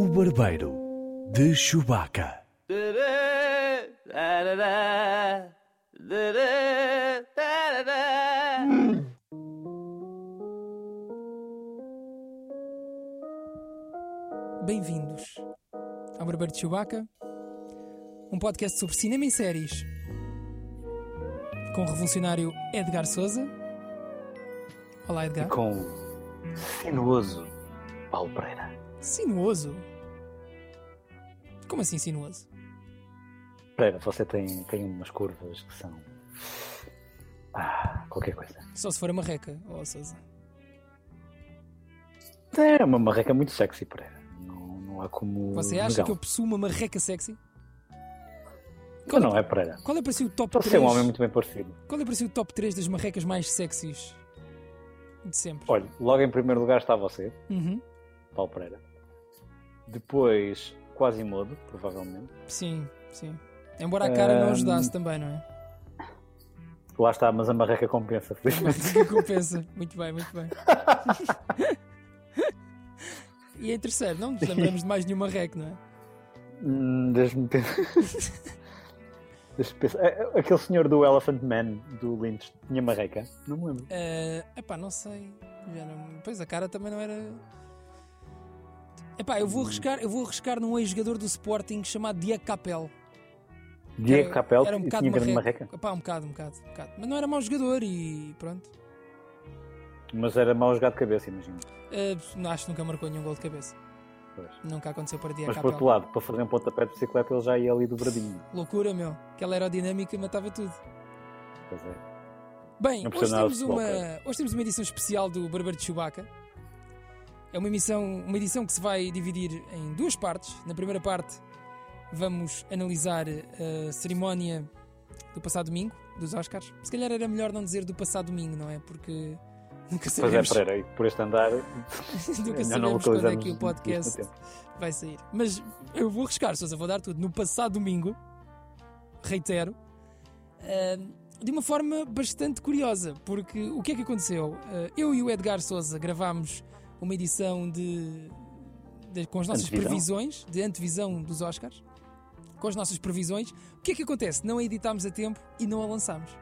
O Barbeiro de Chewbacca. Bem-vindos ao Barbeiro de Chewbacca, um podcast sobre cinema e séries com o revolucionário Edgar Souza. Olá, E Edgar. com sinuoso Paulo Pereira. Sinuoso? Como assim sinuoso? Pereira, você tem, tem umas curvas que são. Ah, qualquer coisa. Só se for a marreca, ó Souza. É uma marreca muito sexy, Pereira. Não, não há como. Você acha negá-lo. que eu possuo uma marreca sexy? Mas não é, Pereira. Qual é para si o top Você é 3? um homem muito bem parecido. Qual é para si o top 3 das marrecas mais sexys de sempre? Olha, logo em primeiro lugar está você, Uhum. Paulo Pereira. Depois, Quasimodo, provavelmente. Sim, sim. Embora a cara não Ahm. ajudasse também, não é? Lá está, mas a marreca compensa, felizmente. Mas que compensa. Muito bem, muito bem. E em terceiro, não nos lembramos de mais nenhuma rec, não é? Hum, Deixa-me pensar. Deixa-me pensar. A- a- Aquele senhor do Elephant Man do Lynch tinha marreca? Não me lembro. Ah, epá, não sei. Já não- Pois a cara também não era. Epá, eu Hum. vou arriscar, eu vou arriscar num ex-jogador do Sporting chamado Diego Capel. Diego Era- Capel era um bocado tinha grande marreco. marreca, Epá, um bocado, um bocado, um bocado. Mas não era mau jogador e pronto. mas era mau jogado de cabeça, imagino. Ah, acho que nunca marcou nenhum gol de cabeça. Pois. Nunca aconteceu para Diego Mas por Capel. outro lado, para fazer um pontapé de bicicleta, ele já ia ali dobradinho. Loucura, meu. Aquela aerodinâmica matava tudo. Pois é. Bem, Não hoje percebo nada de temos, futebol, uma, cara. hoje temos uma edição especial do Barbeiro de Chewbacca. É uma, emissão, uma edição que se vai dividir em duas partes. Na primeira parte, vamos analisar eh, a cerimónia do passado domingo, dos Oscars. Se calhar era melhor não dizer do passado domingo, não é? Porque nunca Pois é, sabemos, Pereira, e por este andar, nunca ainda É sabemos não quando é que o localizamos isto podcast no tempo. vai sair. Mas eu vou arriscar, Sousa, vou dar tudo. No passado domingo, reitero, ahm, de uma forma bastante curiosa, porque o que é que aconteceu? Ah, eu e o Edgar Sousa gravámos uma edição de, de- com as nossas Antevisão. previsões, de antevisão dos Oscars, com as nossas previsões. O que é que acontece? Não a editámos a tempo e não a lançámos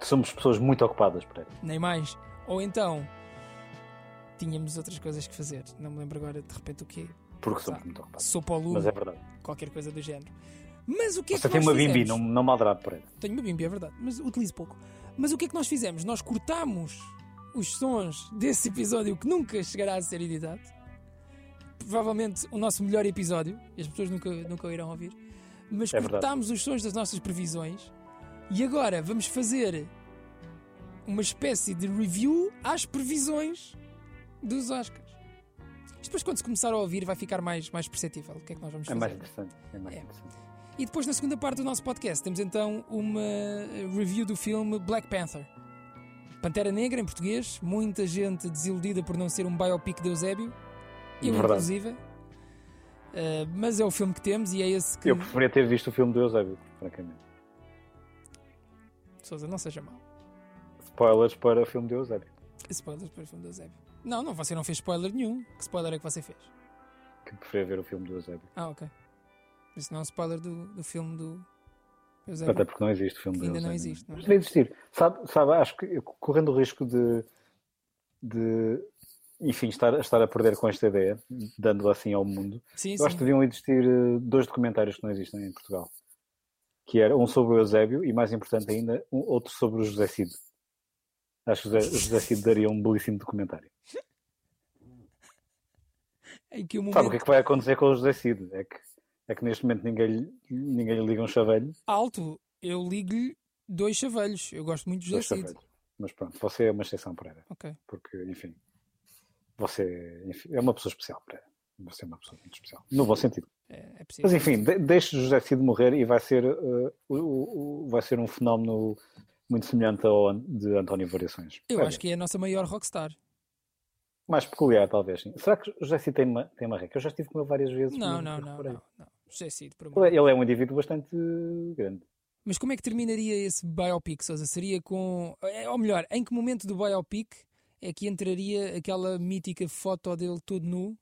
Somos pessoas muito ocupadas, Pereira. nem mais. Ou então tínhamos outras coisas que fazer. Não me lembro agora de repente o quê. Porque somos muito ocupados. Sopa ao lume, Mas é verdade. qualquer coisa do género. Mas o que é Você que tem nós uma bimbi, fizemos? não, não maldrado, Pereira. Tenho uma bimbi, é verdade, mas utilizo pouco. Mas o que é que nós fizemos? Nós cortámos os sons desse episódio que nunca chegará a ser editado. Provavelmente o nosso melhor episódio, e as pessoas nunca, nunca o irão ouvir. Mas É verdade. cortámos os sons das nossas previsões e agora vamos fazer uma espécie de review às previsões dos Oscars. Isto Depois, quando se começar a ouvir, vai ficar mais, mais perceptível o que é que nós vamos É fazer. mais interessante. É mais É. interessante. E depois, na segunda parte do nosso podcast, temos então uma review do filme Black Panther. Pantera Negra, em português, muita gente desiludida por não ser um biopic de Eusébio, eu Verdade. inclusive. Uh, mas é o filme que temos e é esse que. Eu preferia ter visto o filme do Eusébio, francamente. Sousa, não seja mau. Spoilers para o filme do Eusébio. Spoilers para o filme do Eusébio. Não, não, você não fez spoiler nenhum. Que spoiler é que você fez? Que preferia ver o filme do Eusébio. Ah, ok. Isso não é um spoiler do, do filme do Eusébio. Até porque não existe o filme Ainda deles não ainda. existe, não é? Mas devia existir. Sabe, sabe, acho que eu, correndo o risco de, de enfim, estar, estar a perder com esta ideia, dando assim ao mundo, Sim, eu acho sim. que deviam existir eh, dois documentários que não existem em Portugal. Que era um sobre o Eusébio e, mais importante ainda, um, outro sobre o José Cid. Acho que o José, o José Cid daria um belíssimo documentário. Em que o Sabe o que é momento que vai acontecer com o José Cid? É que, é que neste momento ninguém, lhe- ninguém lhe liga um chavelho. alto, eu ligo-lhe dois chavelhos. Eu gosto muito dois dos Cid. chavelhos. Mas pronto, você é uma exceção para ela. Ok. porque, enfim, você enfim, é uma pessoa especial para você é uma pessoa muito especial, no bom sentido. É, é possível. Mas enfim, de, deixe José Cid morrer e vai ser, eh, o- o- o- vai ser um fenómeno muito semelhante ao an- de António Variações. Eu Vai acho ver. que é a nossa maior rockstar. Mais peculiar, talvez. Sim. Será que José Cid tem uma, tem uma reca? Eu já estive com ele várias vezes. Não, mas não, nunca não, reparei. não, não. José Cid, por amor. Ele é- Ele é um indivíduo bastante grande. Mas como é que terminaria esse biopic, Sousa? Seria com. é, Ou melhor, em que momento do biopic é que entraria aquela mítica foto dele todo nu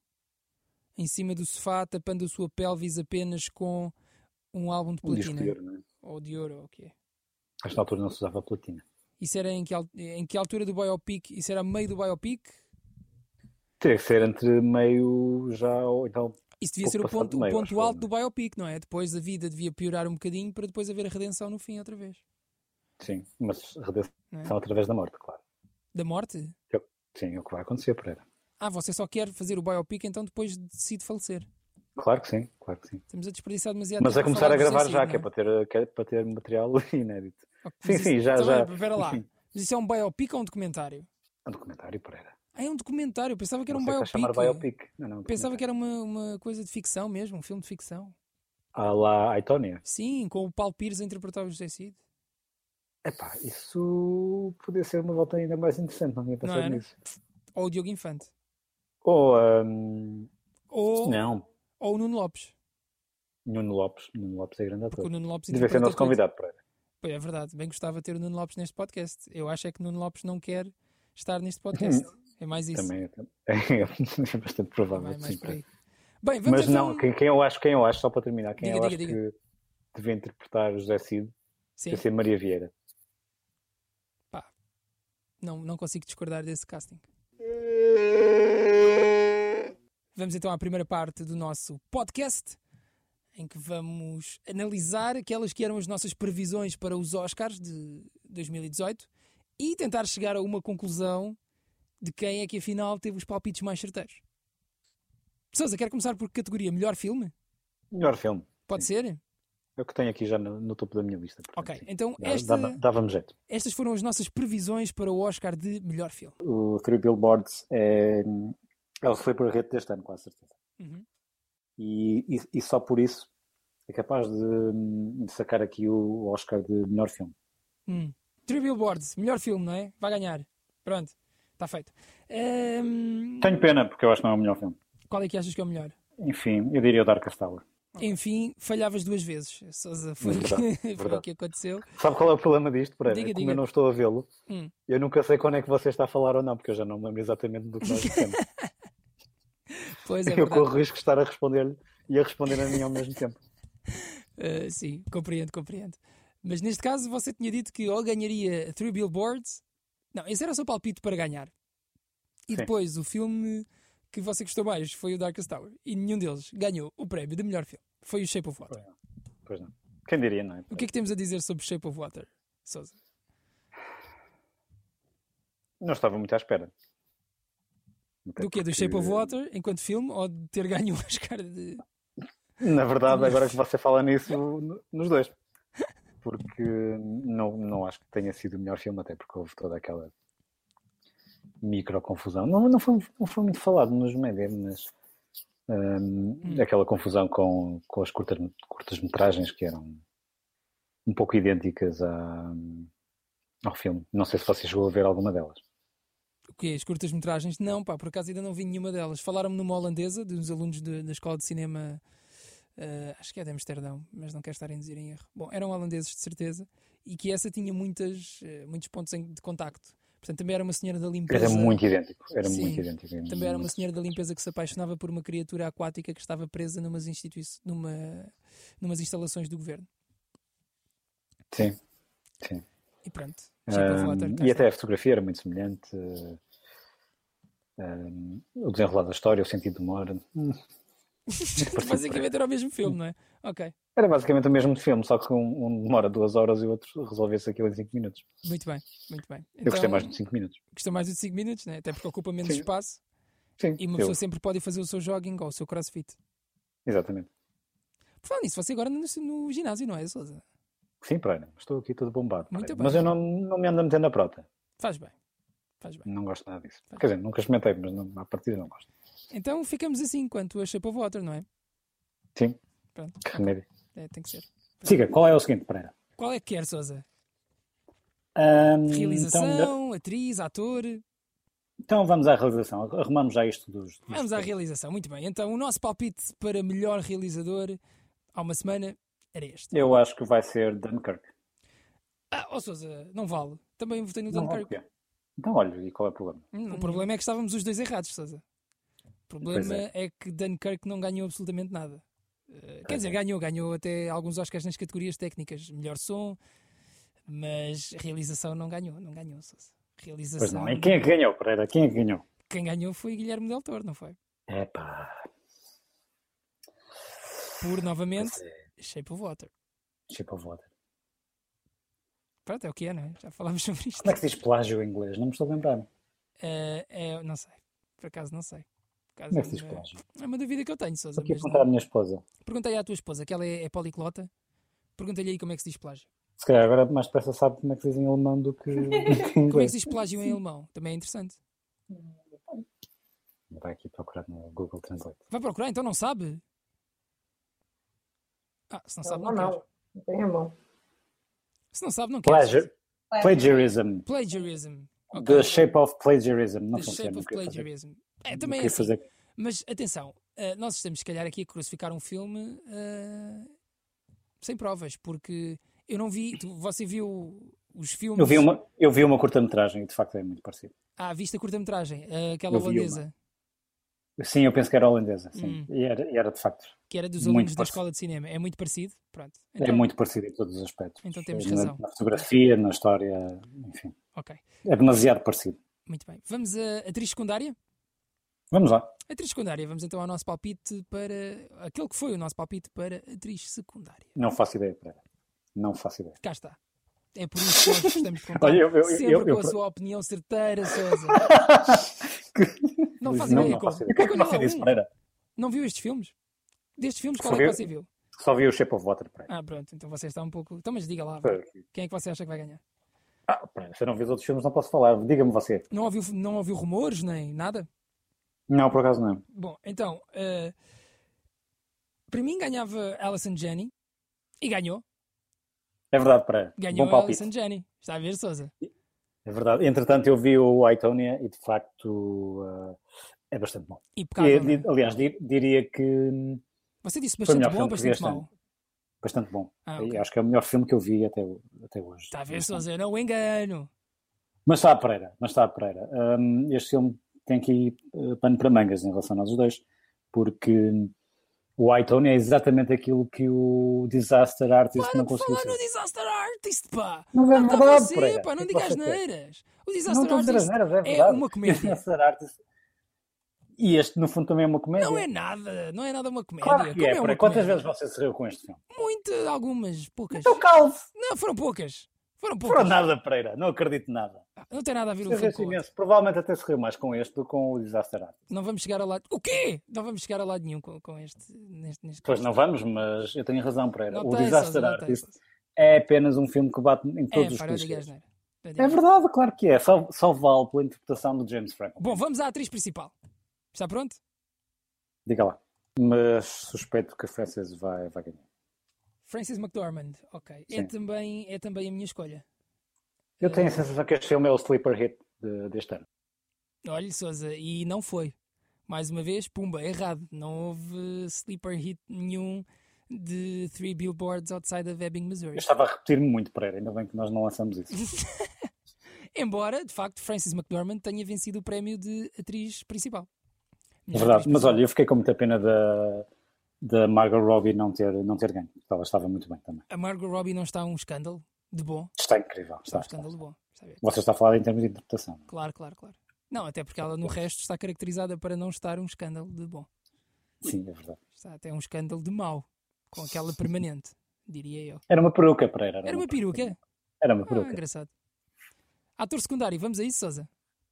em cima do sofá, tapando a sua pelvis apenas com um álbum de Um disco platina. de ouro, não é? Ou de ouro, ou o que é. Acho que na altura não se usava platina. Isso era em que, al- em que altura do biopic? Isso era a meio do biopic? Teria que ser entre meio já ou então. Isso devia Pouco ser o passado ponto, de meio, o acho ponto eu, alto não do biopic, não é? Depois a vida devia piorar um bocadinho para depois haver a redenção no fim outra vez. Sim, mas redenção Não é? através da morte, claro. Da morte? Sim, é o que vai acontecer, Pereira. Ah, você só quer fazer o biopic, então depois decide falecer. Claro que sim, claro que sim. Estamos a desperdiçar demasiado Mas tempo a começar falar a do gravar suicídio, assim, já, não que é para ter, que é para ter material inédito. Ok, Sim, mas sim, isso- já- então, já- olha, Espera lá. enfim. Mas isso é um biopic ou um documentário? Um documentário, Pereira. Ah, é um documentário. Eu pensava que era Não um sei se vai biopic. chamar biopic. Não, não, um Pensava que documentário. era uma, uma coisa de ficção mesmo, um filme de ficção. À Ah lá a Itónia. Sim, com o Paulo Pires a interpretar o José Cid. Epá, isso podia ser uma volta ainda mais interessante, não tinha pensado era? nisso. Ou o Diogo Infante. Ou hum, Ou, não, ou o Nuno Lopes. Nuno Lopes. Nuno Lopes é grande Porque o ator. Nuno Lopes Devia ser interpreta nosso tudo. convidado, Pereira. Pois é verdade, bem gostava de ter o Nuno Lopes neste podcast. Eu acho é que Nuno Lopes não quer estar neste podcast. É mais isso. Também é, é bastante provável. Vai mais sim, por aí. Pereira. Bem, vamos Mas então... não, quem, quem eu acho, quem eu acho, só para terminar, quem Diga, eu diga, acho que devia interpretar o José Cid, Sim, devia ser Maria Vieira. não, não consigo discordar desse casting. Vamos então à primeira parte do nosso podcast, em que vamos analisar aquelas que eram as nossas previsões para os Oscars de 2018 e tentar chegar a uma conclusão de quem é que afinal teve os palpites mais certeiros. Sousa, quer começar por categoria melhor filme? Melhor filme. Pode ser? É o que tenho aqui já no, no topo da minha lista. portanto, Ok, sim. então Dá- esta, dava- Dava-me jeito. estas foram as nossas previsões para o Oscar de melhor filme. O Three Billboards é, é o sleeper hit deste ano, com certeza. Uhum. E, e, e só por isso é capaz de, de sacar aqui o Oscar de melhor filme. Hum. Three Billboards, melhor filme, não é? Vai ganhar. Pronto, está feito. Ahm, Tenho pena, porque eu acho que não é o melhor filme. Qual é que achas que é o melhor? Enfim, eu diria o Darkest Tower. Enfim, falhavas duas vezes. Sousa, foi, o que- Verdade, foi o verdade. que aconteceu. Sabe qual é o problema disto, Pereira? Diga, Como diga. eu não estou a vê-lo, Hum. eu nunca sei quando é que você está a falar ou não, porque eu já não me lembro exatamente do que nós dissemos. Pois é, eu verdade. corro o risco de estar a responder-lhe e a responder a mim ao mesmo tempo. Ah, sim, compreendo, compreendo. Mas neste caso você tinha dito que ou ganharia Three Billboards. Não, esse era o seu palpite para ganhar. E Sim. depois o filme que você gostou mais foi o Darkest Tower. E nenhum deles ganhou o prémio de melhor filme. Foi o Shape of Water. Pois não. Quem diria, não é? O que é que temos a dizer sobre Shape of Water, Sousa? Não estava muito à espera. Até Do que? Do porque, Shape of Water enquanto filme ou de ter ganho o Oscar de. Na verdade, agora que você fala nisso, n- nos dois. Porque não, não acho que tenha sido o melhor filme, até porque houve toda aquela micro confusão. Não, não, foi, não foi muito falado nos médias, mas hum, Hum. aquela confusão com, com as curtas, curtas-metragens que eram um pouco idênticas à- ao filme. Não sei se você chegou a ver alguma delas. O quê? As curtas-metragens? Não, pá, por acaso ainda não vi nenhuma delas. Falaram-me numa holandesa, de uns alunos de- da Escola de Cinema, eh, acho que é de Amsterdão, mas não quero estar a dizer em erro. Bom, eram holandeses de certeza, e que essa tinha muitas, eh, muitos pontos em- de contacto. Portanto, também era uma senhora da limpeza. Era muito idêntico. Era é. Sim. muito idêntico. em Também era uma muitos senhora da limpeza que se apaixonava por uma criatura aquática que estava presa numas, institui numa, numas instalações do governo. Sim, sim. E pronto. Shape of Ahm, Water, cá e está. até a fotografia era muito semelhante. eh, ahm, o desenrolar da história, o sentido do humor. hum, Basicamente era o mesmo filme, não é? Ok, Era basicamente o mesmo filme, só que um, um demora duas horas e o outro resolvesse aquilo em cinco minutos. muito bem, muito bem. eu gostei mais de cinco minutos. custa mais do que 5 minutos, né? até porque ocupa menos Sim. espaço Sim, e uma eu- pessoa sempre pode ir fazer o seu jogging ou o seu crossfit. exatamente. Por falar nisso, você agora anda no, no ginásio, não é, Sousa? Sim, Pereira, estou aqui todo bombado. Muito Pereira. bem. Mas eu não, não me ando a meter na prota. Faz bem, faz bem. Não gosto nada disso. Faz. Quer dizer, nunca experimentei, mas não, à partida não gosto. Então ficamos assim quanto a Shape of Water, não é? Sim, Pronto, que remédio. é, tem que ser. Siga, qual é o seguinte, Pereira? Qual é que quer, Sousa? Ahm, Realização, então, melhor- atriz, ator? então vamos à realização. Arrumamos já isto dos. dos- Vamos à realização, muito bem. Então o nosso palpite para melhor realizador há uma semana era este. Eu acho que vai ser Dunkirk. Ah, oh Sousa, não vale. Também votei no Não, Dunkirk. ok. Então, olha, e qual é o problema? Hum, O problema é que estávamos os dois errados, Sousa. problema Pois é. que Dunkirk não ganhou absolutamente nada. Eh, quer Pois dizer, é. ganhou, ganhou até alguns Oscars nas categorias técnicas, melhor som, mas a realização não ganhou, não ganhou. Sousa. Realização. Pois não. E quem é que ganhou, Pereira? Quem é que ganhou? Quem ganhou foi Guilherme Del Toro, não foi? Epá. Por novamente pois é. tipo Shape of Water. Shape of Water. Pronto, é o que é, não é? Já falámos sobre isto. Como é que se diz plágio em inglês? Não me estou a lembrar. Eh, é, não sei, por acaso não sei. Por acaso, Como é que se diz eh, plágio? é uma dúvida que eu tenho, Sousa. Estou aqui a mas perguntar à minha esposa. não- Perguntei à tua esposa, que ela é, é policlota. Perguntei-lhe aí como é que se diz plágio. Se calhar agora mais depressa sabe como é que se diz em alemão do que do que em Como é que inglês. se diz plágio em alemão? Também é interessante. Vai aqui procurar no Google Translate. Vai procurar, então não sabe? Ah, se não sabe, não, Não, quer. não. Não tem a mão. Se não sabe, não quer. Plagiar, plagiarism. Plagiarism. Ok. The shape of plagiarism. Não The funciona. shape não of queria fazer- plagiarism. É, não também é queria assim. fazer- Mas atenção, eh, nós estamos, se calhar, aqui a crucificar um filme eh, sem provas, porque eu não vi. tu- você viu os filmes Eu vi uma, eu vi uma curta-metragem e de facto é muito parecido. à vista curta-metragem, eh, aquela Eu vi uma. holandesa, Sim, eu penso que era holandesa. Sim. Hum. E, era, e era de facto. que era dos Muito alunos da parecido. escola de cinema. É muito parecido. Pronto. é Então, muito parecido em todos os aspectos. Então temos na, razão. Na fotografia, na história, enfim. Ok, É demasiado parecido. muito bem. Vamos a atriz secundária? Vamos lá. Atriz secundária, vamos então ao nosso palpite para. aquele que foi o nosso palpite para atriz secundária. Não faço ideia, Pereira. Não faço ideia. Cá está. É por isso que nós estamos contar Olha, eu- eu- sempre eu- com eu- a sua opinião certeira, Sousa. não faz não, ideia não como. faço ideia. O que é que eu Não, faço disso, um. Pereira? Não viu estes filmes? Destes filmes, Só qual é que vi- você viu? Só vi o Shape of Water, Pereira. Ah, pronto, então você está um pouco. Então, mas diga lá, Pereira. quem é que você acha que vai ganhar? Ah, Pereira, se eu não vi os outros filmes, não posso falar. Diga-me você. Não ouviu, não ouviu rumores nem nada? Não, por acaso não. Bom, então, eh, para mim ganhava Alison Jenny e ganhou. É verdade, Pereira. Ganhou Bom a palpite. Alison Jenny. Está a ver, Sousa? É verdade. Entretanto, eu vi o Itonia e de facto ah, é bastante bom. Impecável. E, não é? di- aliás, di- diria que hum, Você disse Foi o bastante melhor bom ou filme que vi bastante este mau? ano. Bastante bom. Ah, E ok. Acho que é o melhor filme que eu vi até, o- até hoje. Está a ver, Sousa? Eu não o engano. Mas está a Pereira, mas está a Pereira. Hum, este filme tem aqui eh, pano para mangas em relação a nós dois, porque o iTone é exatamente aquilo que o Disaster Artist Para não de conseguiu falar no ser. Disaster Artist, pá! Não é Não está verdade, você, Pereira. pá, O não que é que diga as você quer? neiras. O Não Disaster estou a dizer Artist asneiras, é é verdade. uma O comédia. Disaster Artist... E este, no fundo, também é uma comédia. Não é nada, não é nada uma comédia. Claro que Como é, uma Pereira. Quantas comédia? vezes você se riu com este filme? Muitas, algumas, poucas. Então calve! Não, foram poucas. Foram Para poucas. nada, Pereira. Não acredito nada. Não tem nada a ver o Você filme riu-se com o outro. imenso. Provavelmente até se riu mais com este do que com o Disaster Artist. Não vamos chegar a lado. O quê? Não vamos chegar a lado nenhum com, com este. Neste, neste Pois não vamos, mas eu tenho razão, Pereira. Não O tem, Disaster Sousa, não tem, Artist Sousa. é apenas um filme que bate em É, todos os para, não diga as clichês. neiras. Não diga É as verdade, claro que é. Só, só vale pela interpretação do James Franco. Bom, vamos à atriz principal. Está pronto? Diga lá. Mas suspeito que a Frances vai, vai ganhar. Frances McDormand, ok. É Sim. também, é também a minha escolha. Eu tenho a sensação que este filme é o sleeper hit de- deste ano. Olha, Sousa, e não foi. Mais uma vez, pumba, é errado. Não houve sleeper hit nenhum de Three Billboards Outside of Ebbing, Eu Missouri. estava a repetir-me muito, Pereira. Ainda bem que nós não lançamos isso. Embora, de facto, Frances McDormand tenha vencido o prémio de atriz principal. É Melhor verdade. atriz Mas principal. olha, eu fiquei com muita pena da, da Margot Robbie não ter, não ter ganho. Ela estava muito bem também. A Margot Robbie não está um escândalo de bom. Está incrível. Está Está, um está. escândalo de bom. Está a ver? Você está a falar em termos de interpretação. Claro, claro, claro. Não, até porque ela no resto está caracterizada para não estar um escândalo de bom. Sim, é verdade. Está até um escândalo de mau. Com aquela permanente, diria eu. Era É uma peruca, Pereira. Era uma peruca. Era uma Ah, peruca. engraçado. Ator secundário, vamos a isso, Sousa?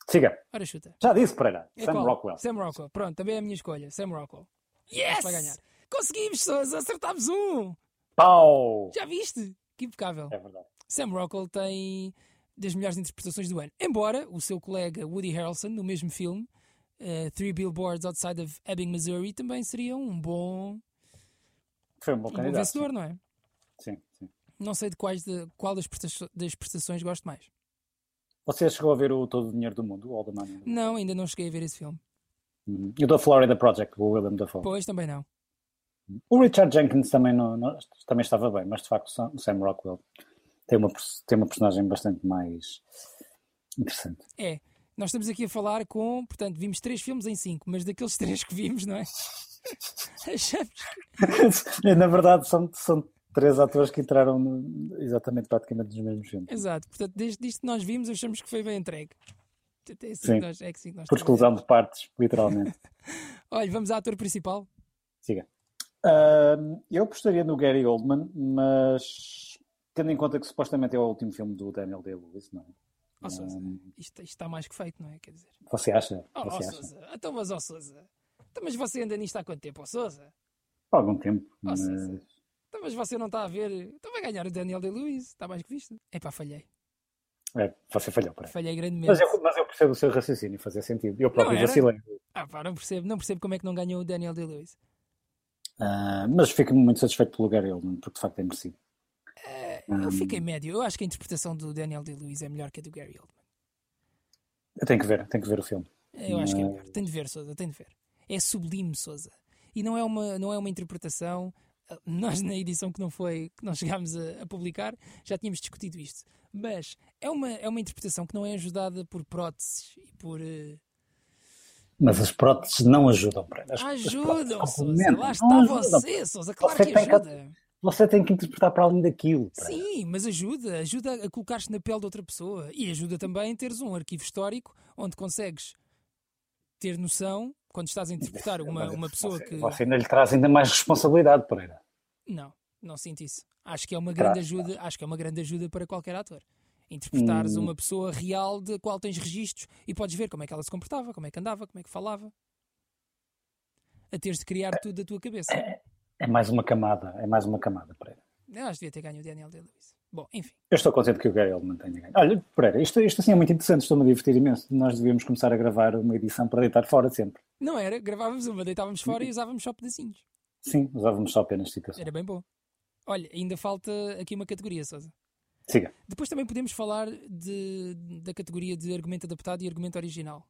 Siga. Ora, chuta. Já disse, Pereira. É Sam qual? Rockwell. Sam Rockwell. Pronto, também é a minha escolha. Sam Rockwell. Yes! Vai ganhar. Conseguimos, Sousa. Acertámos um. Pau! Já viste? Que impecável. É verdade. Sam Rockwell tem das melhores interpretações do ano. Embora o seu colega Woody Harrelson, no mesmo filme, eh, Three Billboards Outside of Ebbing, Missouri, também seria um bom, Foi um bom um bom candidato. vencedor, não é? Sim, sim. Não sei de quais de- qual das, presta- das prestações gosto mais. Você chegou a ver o Todo o Dinheiro do Mundo, All the Money? in the World? Não, ainda não cheguei a ver esse filme. Uhum. E o da Florida Project, o William Dafoe. Pois, também não. O Richard Jenkins também, não, não- também estava bem, mas de facto o Sam- o Sam Rockwell tem uma, pers- tem uma personagem bastante mais interessante. É. Nós estamos aqui a falar com, portanto, vimos três filmes em cinco, mas daqueles três que vimos, não é? Achamos Na verdade, são, são três atores que entraram no- exatamente praticamente nos mesmos filmes. Exato, portanto, desde disto que nós vimos, achamos que foi bem entregue. Portanto, É assim Sim. que nós, é assim que nós Por trabalhamos. exclusão de partes, literalmente. Olha, vamos à ator principal. Siga. Ah, eu apostaria no Gary Oldman, mas tendo em conta que supostamente é o último filme do Daniel Day-Lewis, não é? Ó Sousa, Ah, isto, isto está mais que feito, não é? Quer dizer, você acha? ó ó, Você acha? Sousa, então, mas ó Sousa, então, mas você anda nisto há quanto tempo, ó Sousa? Há algum tempo, mas Nossa, Então, mas você não está a ver, então vai ganhar o Daniel Day-Lewis, está mais que visto. Epá, falhei, é, você falhou para falhei grandemente. mas eu, mas eu percebo o seu raciocínio, fazia sentido. Eu próprio Não era? vacilei. Ah pá, não percebo, não percebo como é que não ganhou o Daniel Day-Lewis. Ah, mas fico-me muito satisfeito pelo Gary Oldman, porque de facto é merecido. Hum. Eu fiquei médio, eu acho que a interpretação do Daniel Day-Lewis é melhor que a do Gary Oldman. Eu tenho que ver, tenho que ver o filme. Eu acho que é melhor. Tem de ver, Sousa, tem de ver. É sublime, Sousa. E não é uma, não é uma interpretação. ah, Nós, na edição que não foi, que nós chegámos a, a publicar, já tínhamos discutido isto. Mas é uma, é uma interpretação que não é ajudada por próteses e por. eh, Mas as próteses não ajudam. Breno. As- as ajudam, próteses Sousa. complementam, Lá não está ajudam. você, Sousa. Claro Você que tem que- ajuda. Você tem que interpretar para além daquilo. Breno. Sim, mas ajuda. Ajuda a colocar-te na pele de outra pessoa. E ajuda também a teres um arquivo histórico onde consegues ter noção, quando estás a interpretar uma, Mas uma pessoa você, que. Você ainda lhe traz ainda mais responsabilidade, Pereira. Não, não sinto isso. Acho que é uma Traz, grande ajuda, acho que é uma grande ajuda para qualquer ator. Hum. Interpretares uma pessoa real da qual tens registros e podes ver como é que ela se comportava, como é que andava, como é que falava. A teres de criar tudo da tua cabeça. É mais uma camada, é mais uma camada, Pereira. Eu acho que devia ter ganho o Daniel Day-Lewis. Bom, enfim. Eu estou contente que o Gary Oldman tenha ganho. Olha, Pereira, isto, isto assim é muito interessante, estou-me a divertir imenso. Nós devíamos começar a gravar uma edição para deitar fora sempre. Não era, gravávamos uma, deitávamos fora e usávamos só pedacinhos. Sim, usávamos só apenas citações. Era bem bom. Olha, ainda falta aqui uma categoria, Sousa. Siga. Depois também podemos falar de- da categoria de argumento adaptado e argumento original.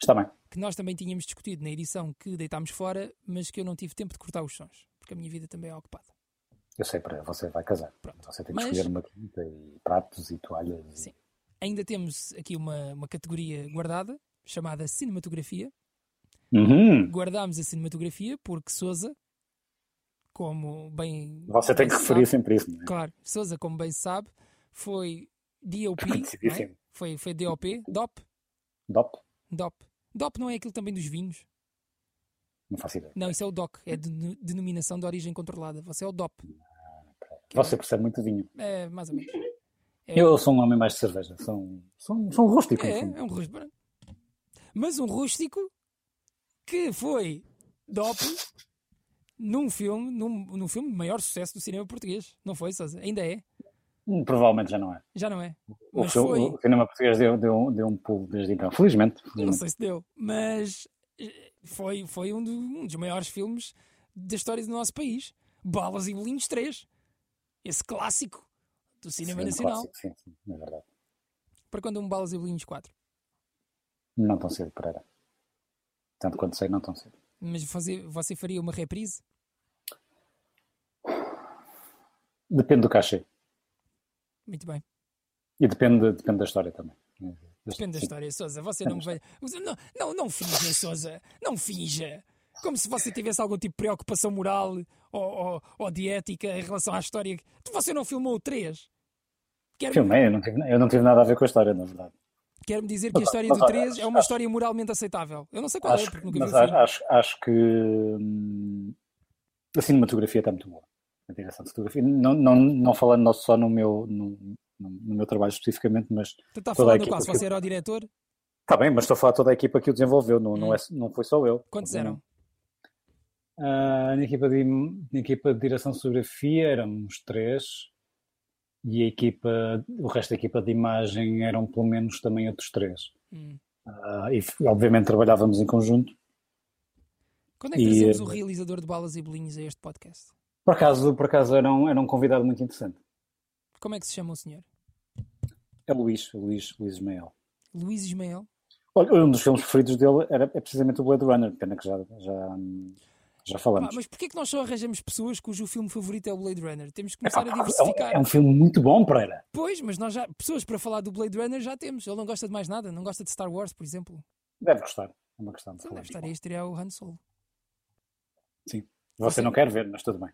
Está bem. que nós também tínhamos discutido na edição que deitámos fora, mas que eu não tive tempo de cortar os sons, porque a minha vida também é ocupada. Eu sei, Pereira, você vai casar. Pronto. Você tem que Mas- escolher uma quinta e pratos e toalhas. e- Sim. Ainda temos aqui uma, uma categoria guardada, chamada Cinematografia. Uhum. Guardámos a cinematografia porque Souza, como bem. Você tem bem se que referir sabe- sempre isso, não é? Claro, Souza, como bem se sabe, foi DOP. não é? Decidíssimo. Foi, foi DOP, DOP, Dop? DOP. DOP não é aquilo também dos vinhos. Não faço ideia. Não, isso é o DOC, é de- denominação de origem controlada. Você é o DOP. Que é- Você percebe muito vinho. É, mais ou menos. É. Eu sou um homem mais de cerveja. Sou, um- sou, um- sou um rústico, no É, fundo. é um rústico. branco. Mas um rústico que foi DOP num filme, num, num filme de maior sucesso do cinema português. Não foi, Sousa? Ainda é. Hum, Provavelmente já não é. Já não é. O, Mas fil- foi. o cinema português deu, deu, deu um pulo desde então. Felizmente. Não felizmente. sei se deu. Mas eh, foi, foi um, do- um dos maiores filmes da história do nosso país. Balas e Bolinhos 3. Esse clássico do cinema Cinema nacional. clássico, Sim, sim, é verdade. Para quando um Balas e Bolinhos 4. Não tão cedo, Pereira. Tanto quanto sei, não tão cedo. Mas você, você faria uma reprise? Depende do cachê. Muito bem. E depende, depende da história também. Depende da Sim. história, Sousa. Você não me vai. Não, não, não finja, Sousa. Não finja. Como se você tivesse algum tipo de preocupação moral ou, ou, ou de ética em relação à história. Tu- Você não filmou o 3. Quero-me Filmei, é, eu não, tive, eu não tive nada a ver com a história, na verdade. quer-me dizer que a Mas, história mas do olha, 3 é acho- uma história moralmente aceitável. Eu não sei qual é, acho, porque nunca vi o mas filme. a- acho, acho que hum, a cinematografia está muito boa. A direção de fotografia. Não, não, não falando não só no meu, no, no- no meu trabalho especificamente, mas Tu está a toda a falar Então tá do equipa qual? Se é que- você era o diretor, está Tá bem, mas estou a falar toda a equipa que o desenvolveu, não, não, é, não foi só eu. Hum. quantos eram? Ah, na, equipa de, na equipa de direção de fotografia éramos três e a equipa, o resto da equipa de imagem eram pelo menos também outros três. Hum. Ah, e f- obviamente trabalhávamos em conjunto. Quando é que E, trazemos eh, o realizador de balas e bolinhos a este podcast? Por acaso, por acaso era, um, era um convidado muito interessante. Como é que se chama o senhor? É o Luís, o Luís, Luís Ismael. Luís Ismael? Olha, um dos filmes preferidos dele era, é precisamente o Blade Runner, pena que já, já, hum, já falamos. Pá, mas porquê que nós só arranjamos pessoas cujo filme favorito é o Blade Runner? Temos que começar Epá, a claro, é um- diversificar. é um filme muito bom, Pereira. Pois, mas nós já. Pessoas para falar do Blade Runner já temos. Ele não gosta de mais nada, não gosta de Star Wars, por exemplo. Deve gostar. É uma questão de Então deve estar falarmos. a estrear o Han Solo. Você não quer ver, mas tudo bem.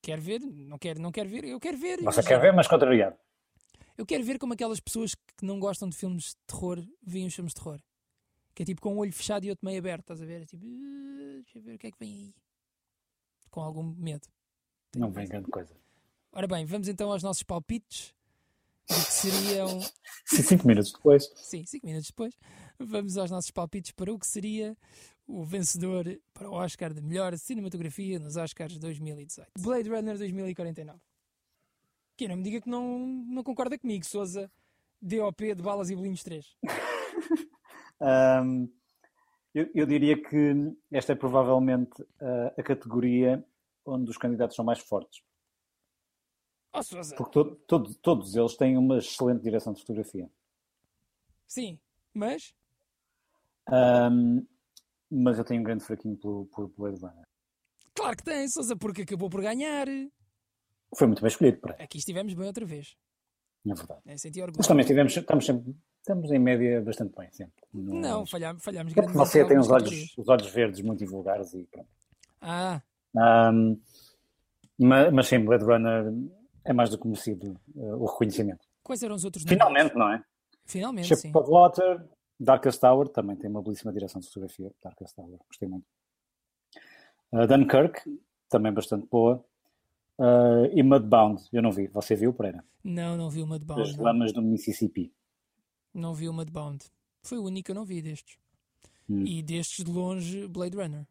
Quer ver? Não quer, não quer ver? Eu quero ver. eu Você já- quer ver, mas contrariado. Eu quero ver como aquelas pessoas que não gostam de filmes de terror veem os filmes de terror. Que é tipo com um olho fechado e outro meio aberto, estás a ver? É tipo, "Ah, deixa eu ver o que é que vem aí. Com algum medo. Não vem grande coisa. Ora bem, vamos então aos nossos palpites. Do que seriam. Sim, cinco minutos depois. Sim, cinco minutos depois. Vamos aos nossos palpites para o que seria o vencedor para o Oscar de melhor cinematografia nos Oscars 2018. Blade Runner 2049. Quem não me diga que não, não concorda comigo, Souza. DOP de Balas e Bolinhos 3. Ahm, eu, eu diria que esta é provavelmente ah, a categoria onde os candidatos são mais fortes. Oh, Souza. Porque to- todo- todos eles têm uma excelente direção de fotografia. Sim, mas Ahm, mas eu tenho um grande fraquinho pelo, pelo Blade Runner. claro que tem, Souza, porque acabou por ganhar. Foi muito bem escolhido, Pereira, Aqui estivemos bem outra vez. na verdade. Né? Senti orgulho. Mas também tivemos, estamos, sempre, estamos em média bastante bem, sempre. Não, falhámos, falhámos É porque grandemente você em tem algumas os olhos, categorias. os olhos verdes muito vulgares e pronto. Ah, Ahm, ma- mas, sim, Blade Runner é mais do que merecido eh, o reconhecimento. quais eram os outros nomes? Finalmente, não é? Finalmente, sim. Shape of Water, Darkest Tower, também tem uma belíssima direção de fotografia. Darkest Tower, gostei muito. Eh, Dunkirk, também bastante boa. Eh, e Mudbound, eu não vi. Você viu, Pereira? Não, não vi uma de As Bound. Não. Lamas do Mississippi. não vi uma de Bound. Foi o único que eu não vi destes. Hum. E destes de longe, Blade Runner.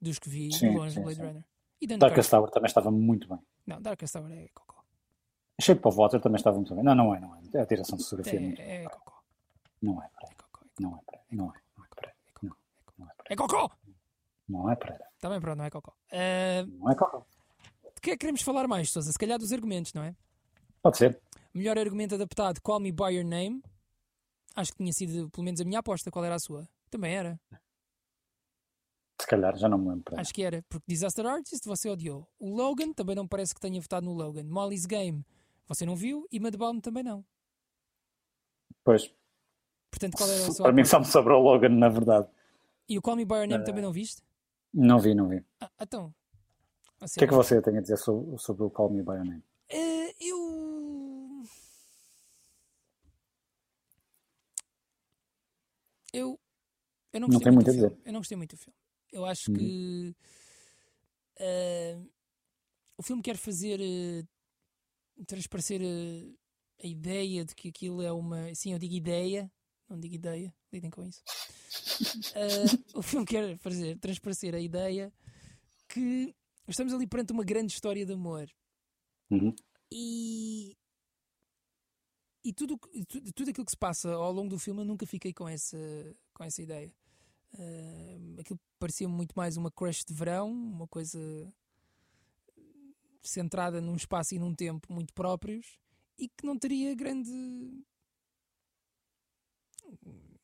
Dos que vi, Sim, de longe, sim, Blade sim. Runner. E Dunkirk. Darkest Tower também estava muito bem. Não, Darkest Tower é cocó. Shape of Water também estava muito bem. Não, não é, não é. A direção de fotografia é muito É, é cocó. Não é, Pereira. É cocó. Não é, Pereira. Não é. Não é, Pereira. É cocó. Não é, Pereira. É cocó! Não é, Pereira. Está bem, pronto, não é cocó. Ah, Não é Coca. de que é que queremos falar mais, Sousa? Se calhar dos argumentos, não é? Pode ser. Melhor argumento adaptado, Call Me By Your Name. Acho que tinha sido, pelo menos, a minha aposta. Qual era a sua? Também era. Se calhar, já não me lembro. Pereira. Acho que era, porque Disaster Artist você odiou. O Logan também não parece que tenha votado no Logan. Molly's Game você não viu e Madbalm também não. Pois. Portanto, qual era o seu Para mim apoio? só me sobrou o Logan, na verdade. E o Call Me By Your Name também não viste? Não vi, não vi. O Ah, então. Ou que é seja, que você tem a dizer sobre, sobre o Call Me By Your Name? eh, eu. Eu. Eu não Não gostei tem muito muito a do filme. dizer. Hum. Eu não gostei muito do filme. Eu acho que. eh, o filme quer fazer. eh, transparecer eh, a ideia de que aquilo é uma. Sim, eu digo ideia, não digo ideia, lidem com isso. Ah, o filme quer fazer transparecer a ideia que estamos ali perante uma grande história de amor Uhum. e. E tudo, o que- e tu- tudo aquilo que se passa ao longo do filme eu nunca fiquei com essa, com essa ideia. Ah, aquilo parecia muito mais uma crush de verão, uma coisa centrada num espaço e num tempo muito próprios e que não teria grande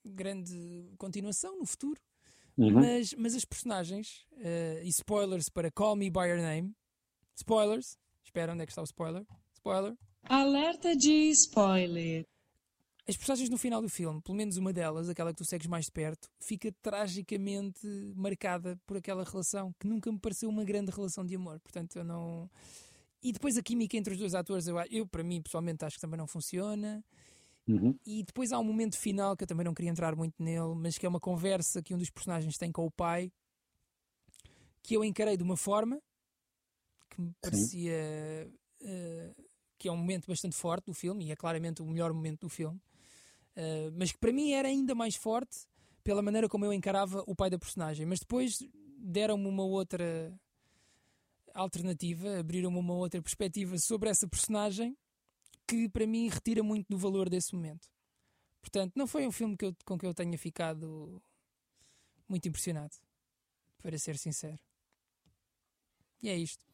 grande continuação no futuro Uhum. mas, mas as personagens eh, e spoilers para Call Me By Your Name spoilers, espera onde é que está o spoiler spoiler, Alerta de spoiler. as personagens no final do filme, pelo menos uma delas aquela que tu segues mais de perto, fica tragicamente marcada por aquela relação que nunca me pareceu uma grande relação de amor portanto eu não e depois a química entre os dois atores, eu, eu para mim pessoalmente acho que também não funciona Uhum. E depois há um momento final que eu também não queria entrar muito nele, mas que é uma conversa que um dos personagens tem com o pai, que eu encarei de uma forma que me parecia eh, que é um momento bastante forte do filme, e é claramente o melhor momento do filme, eh, mas que para mim era ainda mais forte pela maneira como eu encarava o pai da personagem. Mas depois deram-me uma outra alternativa, abriram-me uma outra perspectiva sobre essa personagem que para mim retira muito do valor desse momento. Portanto, não foi um filme que eu- com que eu tenha ficado muito impressionado, para ser sincero. E é isto.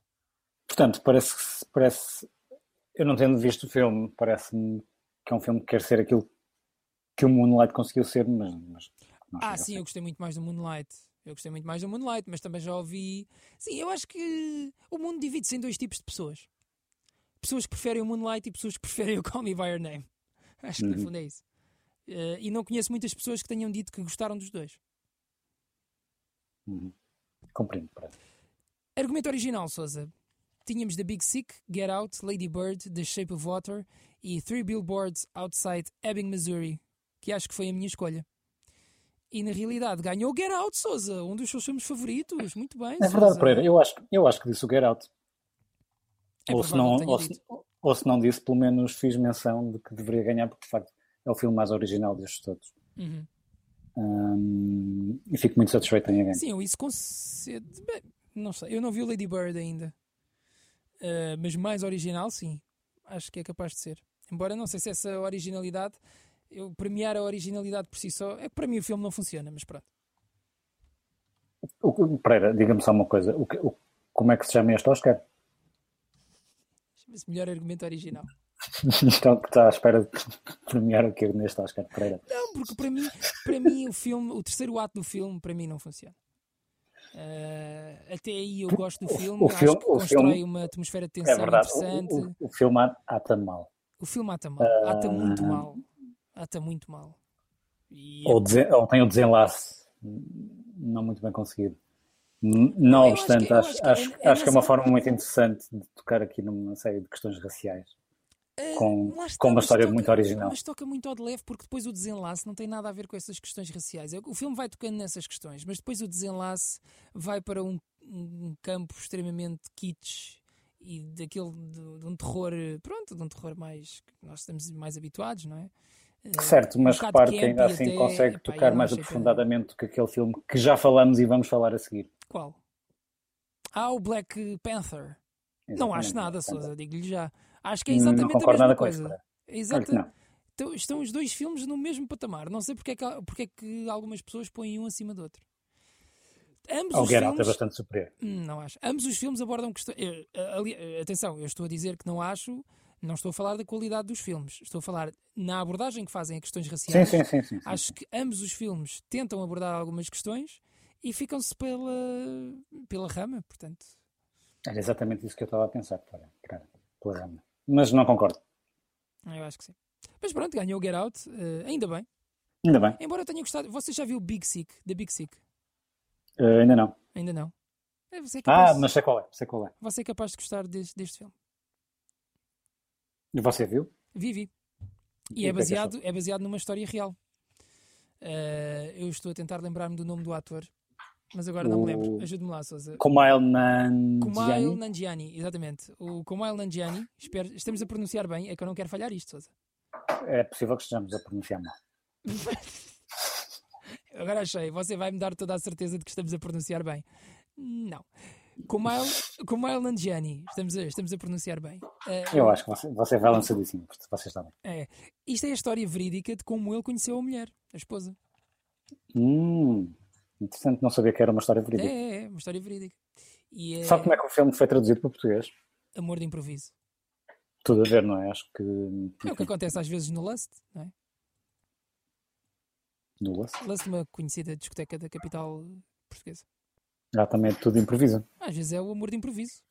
Portanto, parece que se- parece. Eu não tendo visto o filme, parece-me que é um filme que quer ser aquilo que o Moonlight conseguiu ser, mas. mas não Ah, chega a sim, ser. eu gostei muito mais do Moonlight. Eu gostei muito mais do Moonlight, mas também já ouvi. Sim, eu acho que o mundo divide-se em dois tipos de pessoas: pessoas que preferem o Moonlight e pessoas que preferem o Call Me By Your Name. Acho que no Uhum. fundo é isso. Eh, e não conheço muitas pessoas que tenham dito que gostaram dos dois. Uhum. Compreendo, pronto. Argumento original, Souza. Tínhamos The Big Sick, Get Out, Lady Bird, The Shape of Water e Three Billboards Outside Ebbing, Missouri, que acho que foi a minha escolha. E na realidade ganhou Get Out, Souza, um dos seus filmes favoritos. Muito bem, É verdade, Sousa. Pereira. Eu acho, eu acho que disse o Get Out. É ou, se provável não, que tenha ou, se, dito. ou se não disse, pelo menos fiz menção de que deveria ganhar, porque de facto é o filme mais original destes todos. Uhum. Hum, e fico muito satisfeito em ganhar. Sim, eu isso concedo. Bem, não sei, eu não vi o Lady Bird ainda. Ah, mas mais original, sim. Acho que é capaz de ser. Embora não sei se essa originalidade, eu premiar a originalidade por si só, é que para mim o filme não funciona, mas pronto. O que- Pereira, diga-me só uma coisa: o que- o- como é que se chama este Oscar? Chama-se melhor argumento original. Estão que está à espera de premiar o que é neste Oscar Pereira. Não, porque para mim, para mim o filme, o terceiro ato do filme, para mim não funciona. Ah, até aí eu gosto do o filme, acho filme- que o constrói filme- uma atmosfera de tensão É verdade, interessante. o, o, o filme a- ata mal. O filme ata mal, ata Ah. muito mal, ata muito mal. E Ou, desen- ou tem o desenlace não muito bem conseguido. N- Não Eu acho que- obstante, eu acho, acho acho, que acho, é- é que é uma nessa- forma muito interessante de tocar aqui numa série de questões raciais Ah, com, lá está, com uma mas história toca- muito original. Mas toca muito ao de leve porque depois o desenlace não tem nada a ver com essas questões raciais. É O filme vai tocando nessas questões, mas depois o desenlace vai para um, um campo extremamente kitsch e daquele de, de um terror, eh, pronto, de um terror mais que nós estamos mais habituados, não é? Eh, Certo, mas um bocado repare que campy ainda assim até. consegue Epá, eu tocar não mais achei aprofundadamente do que aquele filme que já falamos e vamos falar a seguir. Qual? Ah, o Black Panther. Não acho Exatamente. nada, Sousa, digo-lhe já. Acho que é Não exatamente a concordo mesma nada com isso, coisa. Pereira. É Claro que exata- não. Então, estão os dois filmes no mesmo patamar. Não sei porque é que, há- porque é que algumas pessoas põem um acima do outro. Ambos O os Get Out é filmes. bastante superior. Hum, Não acho. Ambos os filmes abordam questões. eh, eh, ali- eh, Atenção, eu estou a dizer que não acho. Não estou a falar da qualidade dos filmes. Estou a falar na abordagem que fazem a questões Sim, raciais. sim, sim. sim, sim. Acho que ambos os filmes tentam abordar algumas questões e ficam-se pela, pela rama, portanto. Era exatamente isso que eu estava a pensar, Pereira. Cara, pela rama. Mas não concordo. Eu acho que sim. Mas pronto, ganhou o Get Out. eh, ainda bem. Ainda bem. Embora eu tenha gostado. Você já viu Big Sick? Da Big Sick? Eh, ainda não. Ainda não. É, Você é Ah, capaz, mas sei qual é, sei qual é. você é capaz de gostar deste, deste filme. E Você viu? Vivi. E E é o que é que baseado, é baseado numa história real. Eh, eu estou a tentar lembrar-me do nome do ator, mas agora não me lembro. O- Ajude-me lá, Sousa. Kumail Nanjiani. Kumail Nanjiani, exatamente. O Kumail Nanjiani, espero, estamos a pronunciar bem, é que eu não quero falhar isto, Sousa. É possível que estejamos a pronunciar mal. Agora achei, você vai me dar toda a certeza de que estamos a pronunciar bem. Não. Kumail, Kumail Nanjiani, estamos a, estamos a pronunciar bem. Eh, Eu acho que você, você vai lançadíssimo, porque você está bem. É. Isto é a história verídica de como ele conheceu a mulher, a esposa. Hum, interessante, não sabia que era uma história É, verídica. é, é uma história verídica. E é Sabe como é que o filme foi traduzido para português? amor de improviso. Tudo a ver, não é? Acho que. É o que enfim, acontece às vezes no Lust, não é? Nula-se. Lust, é uma conhecida discoteca da capital portuguesa. Lá também é tudo improviso. Às vezes é o amor de improviso.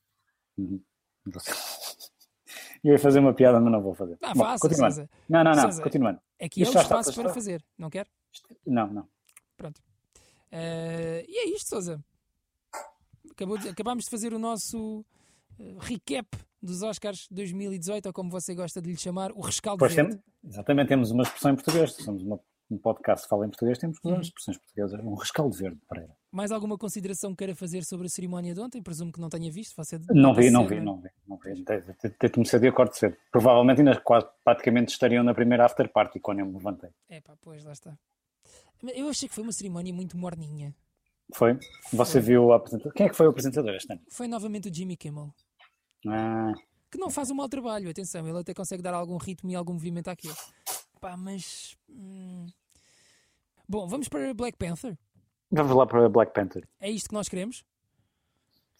Uhum. Você- Eu ia fazer uma piada, mas não vou fazer. Ah, Bom, faça, continuando. Sousa. Não, não, não, Sousa. continuando. Aqui é o Isto já está espaço posto. para fazer, não quer? Não, não. Pronto. Eh, e é isto, Sousa. Acabou de- acabámos de fazer o nosso eh, recap dos Oscars 2018, ou como você gosta de lhe chamar, o rescaldo Pois verde. temos, exatamente, temos uma expressão em português. Se Somos uma- um podcast que fala em português, temos que usar Uhum. as expressões portuguesas. Um rescaldo verde, Pereira. Mais alguma consideração queira fazer sobre a cerimónia de ontem? Presumo que não tenha visto. Você Não vi, não Sim, vi, não vi. Não vi. Tento-me cedo e acordo cedo. Provavelmente ainda quase, praticamente estariam na primeira after party quando eu me levantei. É pá, pois lá está. Mas Eu achei que foi uma cerimónia muito morninha. Foi? Você viu a apresentadora? Quem é que foi o apresentador este ano? Foi novamente o Jimmy Kimmel, Ah, que não faz um mau trabalho, atenção, ele até consegue dar algum ritmo e algum movimento àquilo. Pá, mas. hum. Bom, vamos para Black Panther. vamos lá para Black Panther. É isto que nós queremos?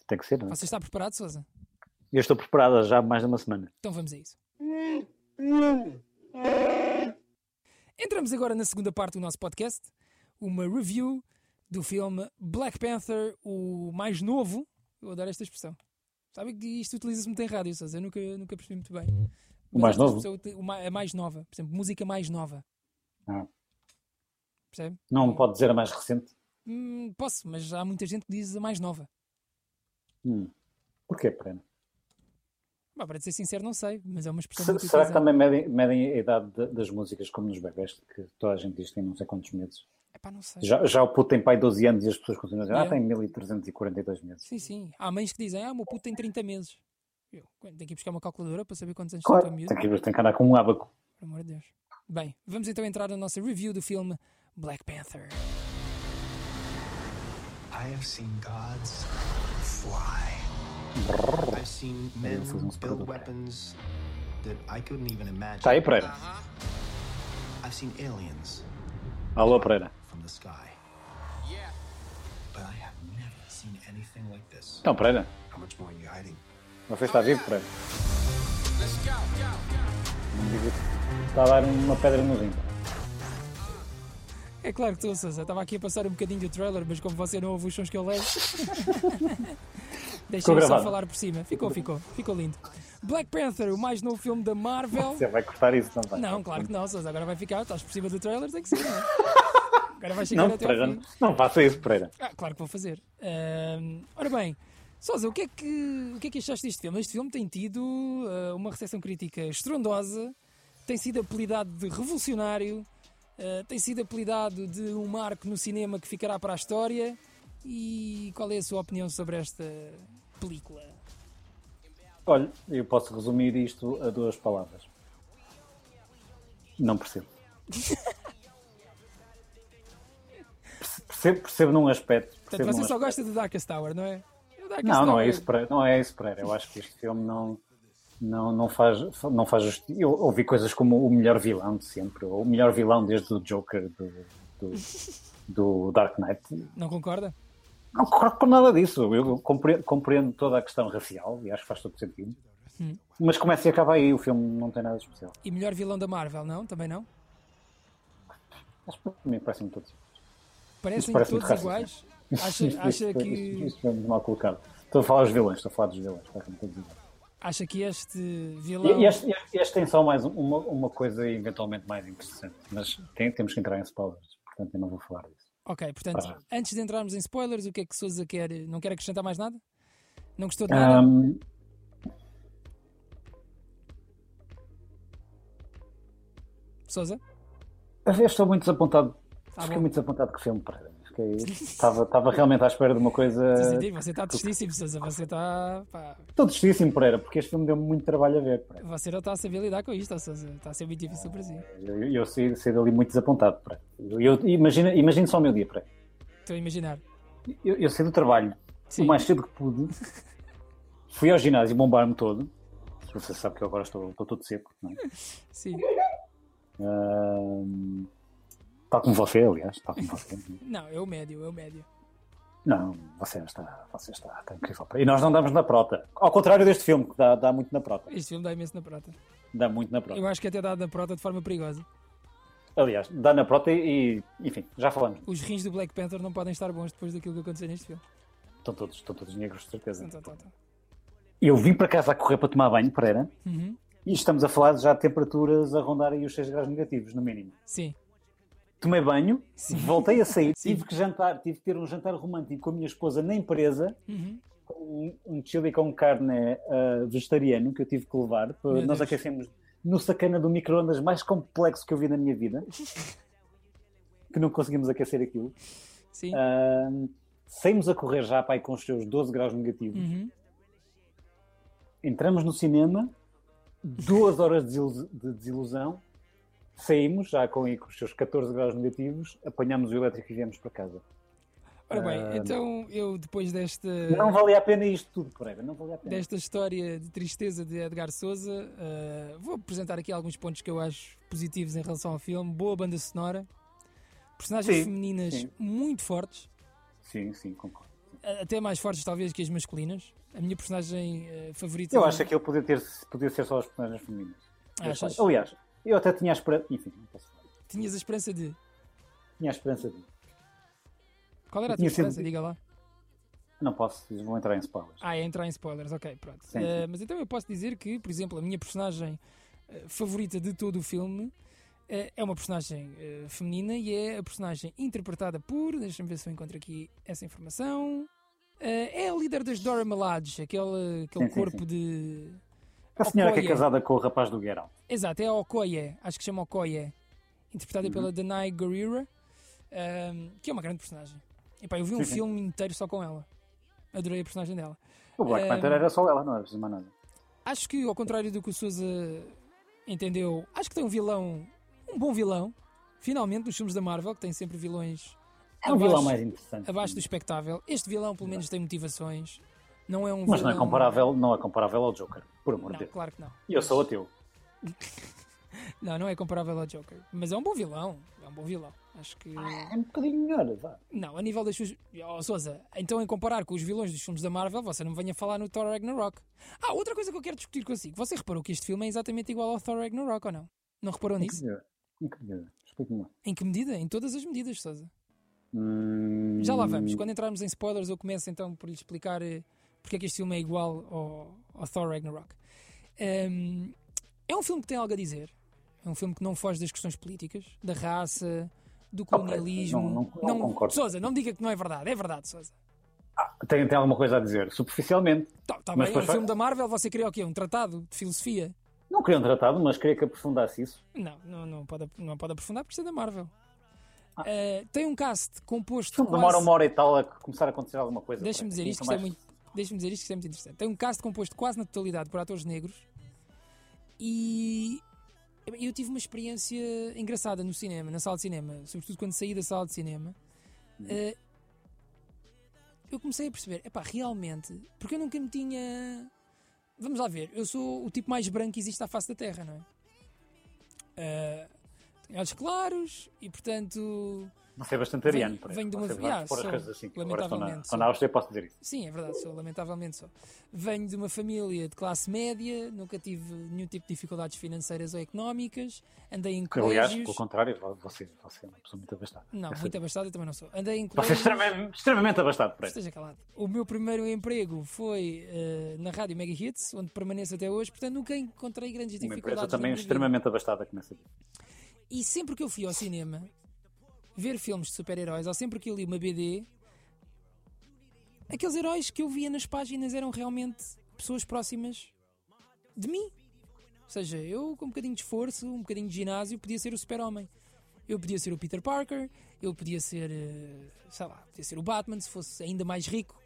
Tem que ser, não é? Você está preparado, Sousa? Eu estou preparada já há mais de uma semana. Então vamos a isso. Entramos agora na segunda parte do nosso podcast, uma review do filme Black Panther, o mais novo. Eu adoro esta expressão. Sabem que isto utiliza-se muito em rádio, Sousa. Eu nunca, nunca percebi muito bem. Hum. O Mas mais esta novo? expressão uti- o ma- a mais nova. Por exemplo, música mais nova. Ah. Percebe? Não pode dizer a mais recente. Hum, posso, mas há muita gente que diz a mais nova. Hum. Porquê, Prena? Bah, para dizer sincero, não sei, mas é uma expressão Se- muito Será que utilizada. também medem, medem a idade da- das músicas como nos bebés, que toda a gente diz que tem não sei quantos meses? Epá, não sei. Já, já o puto tem pai 12 anos e as pessoas continuam a dizer, É. ah, tem 1342 meses. Sim, sim. Há mães que dizem, ah, o meu puto tem 30 meses. Eu, tenho que ir buscar uma calculadora para saber quantos anos tem o Claro, teu miúdo. tem que, tem que andar com um abaco. Por amor de Deus. Bem, vamos então entrar na nossa review do filme Black Panther. I have seen gods fly. I've seen men Isso é um super build do- weapons that I couldn't even imagine. Está aí, Pereira? I've seen aliens Alô, Pereira. from the sky. But I have never seen anything like this. Então, Pereira, How much more are you hiding? você está vivo, Pereira? Não digo isso. Está a dar uma pedra no rim. É claro que estou, Sousa. Estava aqui a passar um bocadinho do trailer, mas como você não ouve os sons que eu levo, deixei só gravado. falar por cima. Ficou, ficou. Ficou lindo. Black Panther, o mais novo filme da Marvel. Você vai cortar isso, não vai? Não, claro que não, Sousa. Agora vai ficar. Estás por cima do trailer, tem que ser, não é? Agora vai chegar Não, até ao Pereira, fim. não faça isso, Pereira. Ah, claro que vou fazer. Ahm, ora bem, Sousa, o que, é que, o que é que achaste deste filme? Este filme tem tido ah, uma recepção crítica estrondosa, tem sido apelidado de revolucionário, ah, tem sido apelidado de um marco no cinema que ficará para a história. E qual é a sua opinião sobre esta película? Olha, eu posso resumir isto a duas palavras. Não percebo. Perce- percebo, percebo num aspecto. Percebo Portanto, num você só aspecto. gosta de Darkest Tower, não é? O Darkest Não, não é Tower- isso, Pereira. Não é isso, Pereira. Eu acho que este filme não, não, não faz, não faz justiça. Eu ouvi coisas como o melhor vilão de sempre, ou o melhor vilão desde o Joker do, do, do Dark Knight. Não concorda? Não concordo com nada disso. Eu compreendo, compreendo toda a questão racial e acho que faz todo sentido. Mas começa e acaba aí. O filme não tem nada de especial. E melhor vilão da Marvel, não? Também não? Acho que para mim parece-me todos. Parecem parece todos muito iguais? Acha, acha isto, que. isto, isto é muito mal colocado. Estou a falar dos vilões, estou a falar dos vilões. parece-me todos iguais. Acha que este vilão. E- e Este, este- este tem só mais um- uma, uma coisa eventualmente mais interessante, mas tem- temos que entrar em spoilers, portanto eu não vou falar disso. Ok, portanto, Ah. antes de entrarmos em spoilers, o que é que Souza quer? Não quer acrescentar mais nada? Não gostou de nada? Ahm, Souza? eh, eu estou muito desapontado, Tá fiquei bom. muito desapontado com o filme. Pereira. Fiquei- Estava, estava realmente à espera de uma coisa. Você está tristíssimo, Souza. Você está. pá, Estou tristíssimo, Pereira, porque este filme deu muito trabalho a ver. Pereira. Você não está a saber lidar com isto, ó, Souza. Está a ser muito difícil para si. Eu, eu saí, saí dali muito desapontado. Pereira. Eu, eu, imagina, imagina só o meu dia. Pereira. Estou a imaginar. Eu, eu saí do trabalho Sim. o mais cedo que pude. Fui ao ginásio bombar-me todo. Você sabe que eu agora estou, estou todo seco, não é? Sim. Ahm, Tal como você, aliás, tal como você. Não, é o médio, é o médio. Não, você está, você está, está incrível. E nós não damos na prota. Ao contrário deste filme, que dá, dá muito na prota. Este filme dá imenso na prota. Dá muito na prota. Eu acho que é até dá na prota de forma perigosa. Aliás, dá na prota e, e, enfim, já falamos. Os rins do Black Panther não podem estar bons depois daquilo que aconteceu neste filme. Estão todos, estão todos negros, de certeza. Tum, tum, tum, tum. Eu vim para casa a correr para tomar banho, Pereira, Uhum. e estamos a falar já de temperaturas a rondar aí os 6 graus negativos, no mínimo. Sim. Tomei banho, Sim. voltei a sair, Sim. tive que jantar, tive que ter um jantar romântico com a minha esposa na empresa, Uhum. um, um chili com carne ah, vegetariano que eu tive que levar. para- Meu Nós Deus. aquecemos no sacana do micro-ondas mais complexo que eu vi na minha vida. que não conseguimos aquecer aquilo. Sim. Ah, saímos a correr já, pai, com os seus 12 graus negativos. Uhum. Entramos no cinema, duas horas de desilu- de desilusão. Saímos já com, com os seus 14 graus negativos, apanhamos o elétrico e viemos para casa. Ora Ah, bem, então eu depois desta. Não valia a pena isto tudo, Pereira, não valia a pena. desta história de tristeza de Edgar Souza. eh, vou apresentar aqui alguns pontos que eu acho positivos em relação ao filme. Boa banda sonora, personagens Sim, femininas sim. muito fortes, Sim, sim, concordo. a- até mais fortes talvez que as masculinas. A minha personagem eh, favorita. Ah, Eu acho que aquilo podia, ter, podia ser só as personagens femininas. Achas? Aliás, eu até tinha a esperança. Enfim, não posso falar. Tinhas a esperança de. Tinha a esperança de. Qual era a tua Tinha sido- esperança? Diga lá. Não posso, vou entrar em spoilers. Ah, é entrar em spoilers, ok, pronto. Sim, Eh, sim. mas então eu posso dizer que, por exemplo, a minha personagem eh, favorita de todo o filme eh, é uma personagem eh, feminina e é a personagem interpretada por, deixa-me ver se eu encontro aqui essa informação, eh, é a líder das Dora Milaje, aquele, aquele Sim, sim, corpo sim. de... Oh, A senhora que é Okoye. casada com o rapaz do Guerão. Exato, é a Okoye, acho que chama Okoye, interpretada Uhum. pela Danai Gurira, ehm, que é uma grande personagem. Epá, eu vi um Sim, sim. filme inteiro só com ela. Adorei a personagem dela. O Black Eh, Panther era só ela, não era preciso mais nada. Acho que, ao contrário do que o Souza entendeu, acho que tem um vilão, um bom vilão, finalmente, nos filmes da Marvel, que tem sempre vilões É um abaixo- vilão mais interessante. abaixo do espectável. Este vilão, pelo menos, tem motivações. Não é um Mas vilão... não é, comparável, não é comparável ao Joker, por amor de Não, Deus. claro que não. E eu sou ateu. Não, não é comparável ao Joker. Mas é um bom vilão. É um bom vilão. Acho que. É um bocadinho melhor, vá. Não, a nível das suas. Oh, Souza, então em comparar com os vilões dos filmes da Marvel, você não me venha falar no Thor Ragnarok. Ah, outra coisa que eu quero discutir consigo. Você reparou que este filme é exatamente igual ao Thor Ragnarok ou não? Não reparou Em que nisso? medida? Em que medida? Explique-me lá. Em que medida? Em todas as medidas, Souza. Hum, Já lá vamos. Quando entrarmos em spoilers, eu começo então por lhe explicar eh, porque é que este filme é igual ao, ao Thor Ragnarok. Ehm, é um filme que tem algo a dizer. É um filme que não foge das questões políticas, da raça, do colonialismo. não- não- não concordo. Sousa, não diga que não é verdade. É verdade, Sousa. Tem, tem alguma coisa a dizer, superficialmente. Tá, tá bem, é um Mas depois vai- filme da Marvel, você queria o quê? Um tratado de filosofia? Não queria um tratado, mas queria que aprofundasse isso. Não, não, não, pode, não pode aprofundar porque isto é da Marvel. Eh, tem um cast composto. O filme Ah. demora um uma hora e tal a começar a acontecer alguma coisa. Deixa-me parece. dizer isto, que isto Nunca é mais- muito. Deixa-me dizer isto que isto é muito interessante. Tem um cast composto quase na totalidade por atores negros e eu tive uma experiência engraçada no cinema, na sala de cinema, sobretudo quando saí da sala de cinema. Eh, eu comecei a perceber, epá, realmente, porque eu nunca me tinha. Vamos lá ver, eu sou o tipo mais branco que existe à face da Terra, não é? Eh, tenho olhos claros e portanto Você é bastante ariano, por venho de uma- Você vai Yeah, pôr as sou, coisas assim. Agora estou na, lamentavelmente, estou na sou. Áustria posso dizer isso. Sim, é verdade, sou lamentavelmente só. Venho de uma família de classe média, nunca tive nenhum tipo de dificuldades financeiras ou económicas, andei em Que, aliás, colégios. pelo contrário, você, você é uma pessoa muito abastada. Não, Eu sei. muito abastado eu também não sou. Andei em Você é colégios. extremamente, extremamente abastado por aí. Esteja calado. O meu primeiro emprego foi eh, na Rádio Mega Hits, onde permaneço até hoje, portanto nunca encontrei grandes Uma dificuldades. empresa na também minha vida. extremamente abastada que nessa vida. E sempre que eu fui ao cinema ver filmes de super-heróis, ou sempre que eu li uma BD, aqueles heróis que eu via nas páginas eram realmente pessoas próximas de mim. Ou seja, eu com um bocadinho de esforço, um bocadinho de ginásio, podia ser o super-homem. Eu podia ser o Peter Parker, eu podia ser, eh, sei lá, podia ser o Batman se fosse ainda mais rico.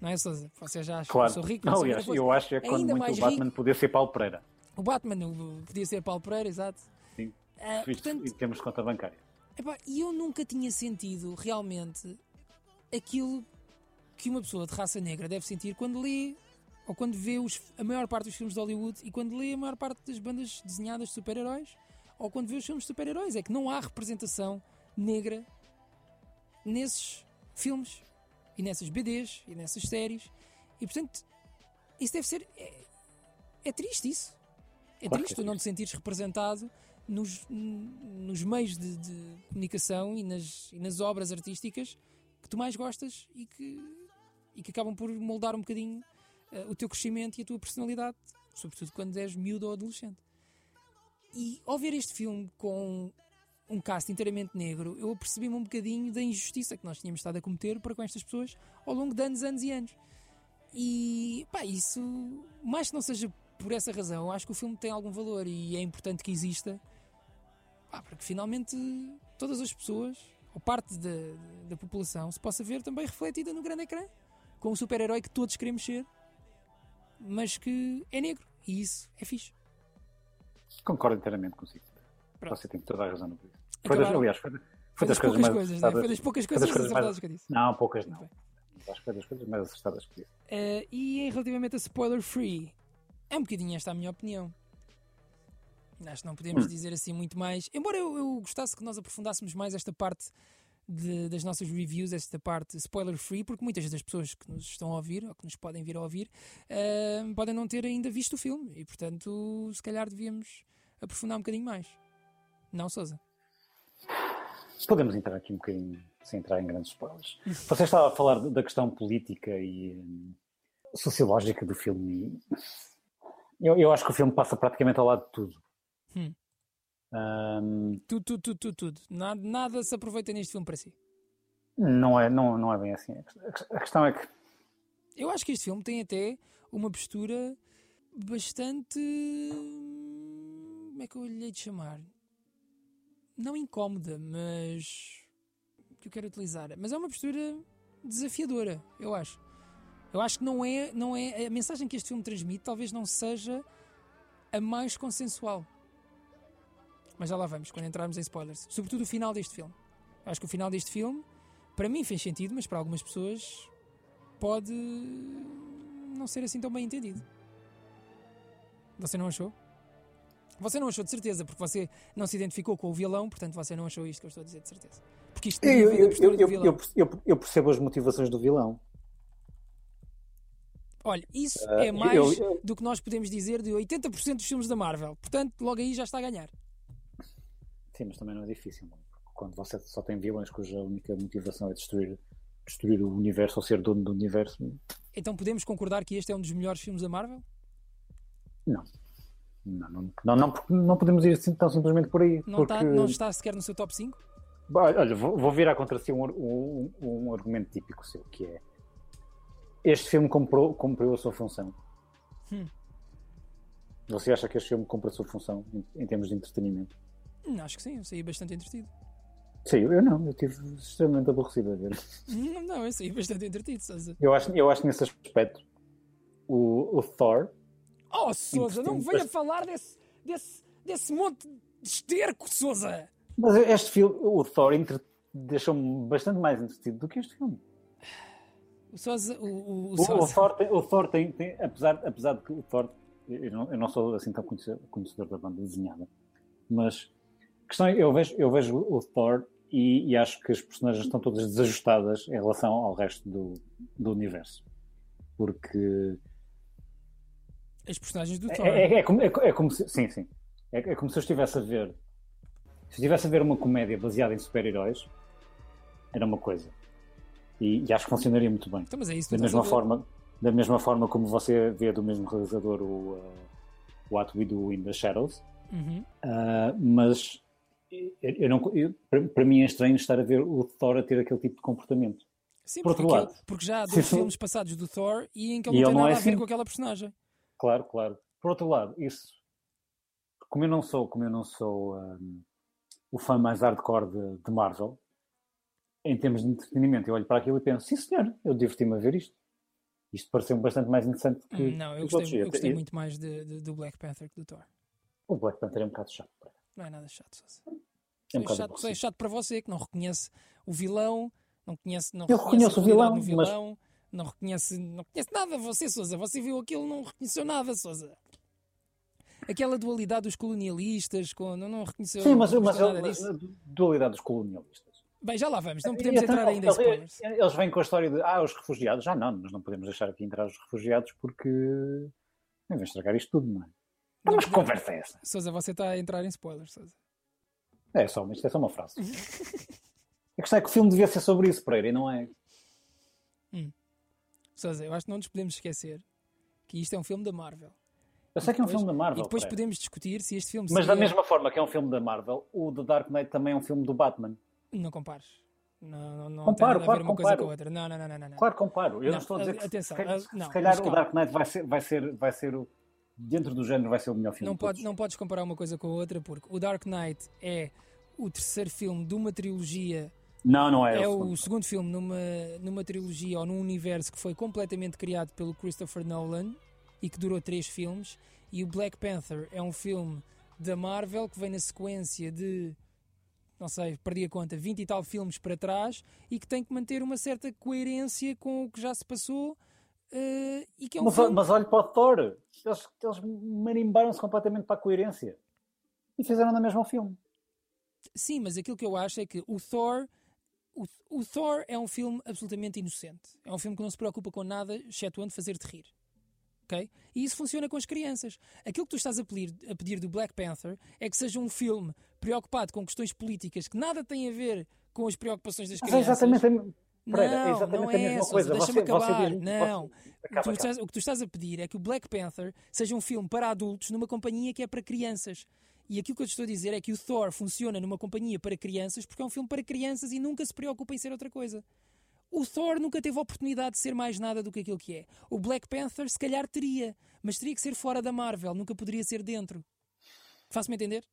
Não é, Sousa? Você já acha que Claro. eu sou rico? Não, sou aliás, grande coisa. eu acho que é quando ainda muito mais o Batman rico. podia ser Paulo Pereira. O Batman o- podia ser Paulo Pereira, exato. Sim. Ah, Visto portanto, em termos de conta bancária. Epá, E eu nunca tinha sentido realmente aquilo que uma pessoa de raça negra deve sentir quando lê ou quando vê os- a maior parte dos filmes de Hollywood e quando lê a maior parte das bandas desenhadas de super-heróis ou quando vê os filmes de super-heróis. É que não há representação negra nesses filmes e nessas BDs e nessas séries. E portanto, isso deve ser. É, é triste isso. É Claro que triste é tu não te sentires representado nos, n- nos meios de, de comunicação e nas, e nas obras artísticas que tu mais gostas e que, e que acabam por moldar um bocadinho eh, o teu crescimento e a tua personalidade, sobretudo quando és miúdo ou adolescente. E ao ver este filme com um cast inteiramente negro, eu apercebi-me um bocadinho da injustiça que nós tínhamos estado a cometer para com estas pessoas ao longo de anos, anos e anos. E pá, isso, mais que não seja por essa razão, acho que o filme tem algum valor e é importante que exista, pá, para que finalmente todas as pessoas, ou parte da, da população, se possa ver também refletida no grande ecrã, com o super-herói que todos queremos ser, mas que é negro, e isso é fixe. Concordo inteiramente consigo. Pronto. Você tem toda a razão no que disse. Foi das, Acabaram. aliás, foi, foi Foi das, poucas coisas, né? acertadas- Foi das poucas foi coisas das mais- acertadas que eu disse. Não, poucas não. Muito bem. Acho que foi das coisas mais acertadas que disse. Eh, e em relativamente a spoiler free, é um bocadinho esta a minha opinião. Acho que não podemos dizer assim muito mais. Embora eu, eu gostasse que nós aprofundássemos mais esta parte de- das nossas reviews, esta parte spoiler free, porque muitas das pessoas que nos estão a ouvir, ou que nos podem vir a ouvir, eh, podem não ter ainda visto o filme. E portanto, se calhar devíamos aprofundar um bocadinho mais. Não, Souza? Podemos entrar aqui um bocadinho sem entrar em grandes spoilers. Você estava a falar da questão política e hum, sociológica do filme. e Eu, eu acho que o filme passa praticamente ao lado de tudo. Hum. Hum, Tudo, tudo, tudo, tudo, tudo. Nada, nada se aproveita neste filme para si. não, é, não, não é bem assim. A questão é que Eu acho que este filme tem até uma postura bastante. Como é que eu lhe hei de chamar? Não incómoda, mas. que eu quero utilizar. Mas é uma postura desafiadora, eu acho. Eu acho que não é, não é. A mensagem que este filme transmite talvez não seja a mais consensual. Mas já lá vamos, quando entrarmos em spoilers. Sobretudo o final deste filme. Eu acho que o final deste filme, para mim, fez sentido, mas para algumas pessoas pode não ser assim tão bem entendido. Você não achou? Você não achou de certeza, porque você não se identificou com o vilão, portanto você não achou isto que eu estou a dizer de certeza. Porque isto tem a Eu, ver com a eu, postura eu, do eu, vilão. eu- eu- eu percebo as motivações do vilão. Olha, isso Ah, é eu- mais eu- do que nós podemos dizer de 80% dos filmes da Marvel. Portanto, logo aí já está a ganhar. Sim, mas também não é difícil. não é? Porque Quando você só tem vilões cuja única motivação é destruir, destruir o universo ou ser dono do universo, Então podemos concordar que este é um dos melhores filmes da Marvel? não, não, não, não, porque não podemos ir assim tão simplesmente por aí. Não, porque, está, não está sequer no seu top 5? Bah, Olha, vou, vou virar contra si um, ar- um- um- um argumento típico seu, que é este filme comprou, cumpriu a sua função. Hum. Você acha que este filme cumpre a sua função em, em termos de entretenimento? Hum, Acho que sim, eu saí bastante entretido. Sim, eu não, eu estive extremamente aborrecido a ver. Hum, Não, eu saí bastante entretido, Sousa. Eu acho, eu acho que nesse aspecto o, o Thor, Oh, Sousa, não Entretido, venha mas- falar desse, desse, desse monte de esterco, Sousa! mas este filme, o Thor entre- deixou-me bastante mais entretido do que este filme. O Sousa, o, o, o O, o Sousa. Thor, tem, o Thor tem, tem- apesar, apesar de que o Thor, eu não, eu não sou assim tão conhece- conhecedor da banda desenhada, mas a questão é, eu vejo, eu vejo o Thor e, e acho que as personagens estão todas desajustadas em relação ao resto do, do universo. Porque As personagens do Thor. É, é- é como, é co- é como se, sim, sim. É, é como se eu estivesse a ver. Se eu estivesse a ver uma comédia baseada em super-heróis, era uma coisa. E, e acho que funcionaria muito bem. Então, mas é isso que Da tu estás mesma, a ver. forma, da mesma forma como você vê do mesmo realizador o, uh, What We Do in the Shadows. Uhum. Ah, mas eu, eu não, eu- para- para mim é estranho estar a ver o Thor a ter aquele tipo de comportamento. Sim, Por porque, outro aquele- lado, porque já há se dois for- filmes passados do Thor e em que ele E não ele tem não nada é a ver assim. com aquela personagem. Claro, claro. Por outro lado, isso, como eu não sou, como eu não sou hum, o fã mais hardcore de, de Marvel, em termos de entretenimento, eu olho para aquilo e penso, sim senhor, eu diverti-me a ver isto. Isto pareceu bastante mais interessante que. Hum, Não, que eu os outros. gostei, eu gostei E- muito mais de- de- do Black Panther que do Thor. O Black Panther é um bocado chato. por acaso. Não é nada chato, Sousa. É um Só é chato, bocado só é aborrecido. chato para você que não reconhece o vilão, não conhece, não Eu reconhece reconheço a o qualidade vilão, no vilão, não reconhece, não conhece nada você, Sousa. Você viu aquilo, não reconheceu nada, Sousa. Aquela dualidade dos colonialistas, com, não, não reconheceu, Sim, não mas, mas, reconheceu eu- nada mas disso. a dualidade dos colonialistas. Bem, já lá vamos, não podemos Então, entrar ainda em spoilers. eles, eles vêm com a história de ah, os refugiados, já não, nós não podemos deixar aqui entrar os refugiados porque vão estragar isto tudo, não é? Ah, Não Mas que podemos. conversa é essa? Sousa, você está a entrar em spoilers, Sousa. É só, isto é só uma frase. A questão é que o filme devia ser sobre isso, Pereira, e não é. Sousa, eu acho que não nos podemos esquecer que isto é um filme da Marvel. Eu sei que é um Depois- filme da Marvel. e depois Pereira. podemos discutir se este filme Mas da seria- mesma forma que é um filme da Marvel, o The Dark Knight também é um filme do Batman. Não compares. Não, não, não tem nada a Comparo, ver claro, uma coisa com comparo. a outra. Não, não, não, não, não, não. Claro, comparo. Eu não, Não, estou a dizer que atenção, se, calhar- ah, não, se mas calhar o calma. Dark Knight vai ser, vai ser, vai ser o, dentro do género vai ser o melhor filme. não, de todos. pode, não podes comparar uma coisa com a outra porque o Dark Knight é o terceiro filme de uma trilogia, não, não é. é, é o o segundo. segundo filme numa, numa trilogia ou num universo que foi completamente criado pelo Christopher Nolan e que durou três filmes. E o Black Panther é um filme da Marvel que vem na sequência de, não sei, perdi a conta, 20 e tal filmes para trás e que tem que manter uma certa coerência com o que já se passou. eh, e que é um mas, filme... mas olha para o Thor. Eles, eles marimbaram-se completamente para a coerência. E fizeram na mesma o filme. Sim, mas aquilo que eu acho é que o Thor. O, o Thor é um filme absolutamente inocente. É um filme que não se preocupa com nada, excetuando fazer-te rir. Ok? E isso funciona com as crianças. Aquilo que tu estás a pedir, a pedir do Black Panther é que seja um filme preocupado com questões políticas que nada têm a ver com as preocupações das Mas é crianças. exatamente a, me- Pereira, é não, exatamente não a é mesma essa, coisa. Deixa-me Você- você acabar. diz- não. O que, Acaba, tu acaba. estás, o que tu estás a pedir é que o Black Panther seja um filme para adultos numa companhia que é para crianças. E aquilo que eu te estou a dizer é que o Thor funciona numa companhia para crianças porque é um filme para crianças e nunca se preocupa em ser outra coisa. O Thor nunca teve a oportunidade de ser mais nada do que aquilo que é. O Black Panther se calhar teria, mas teria que ser fora da Marvel, nunca poderia ser dentro. Faço-me entender?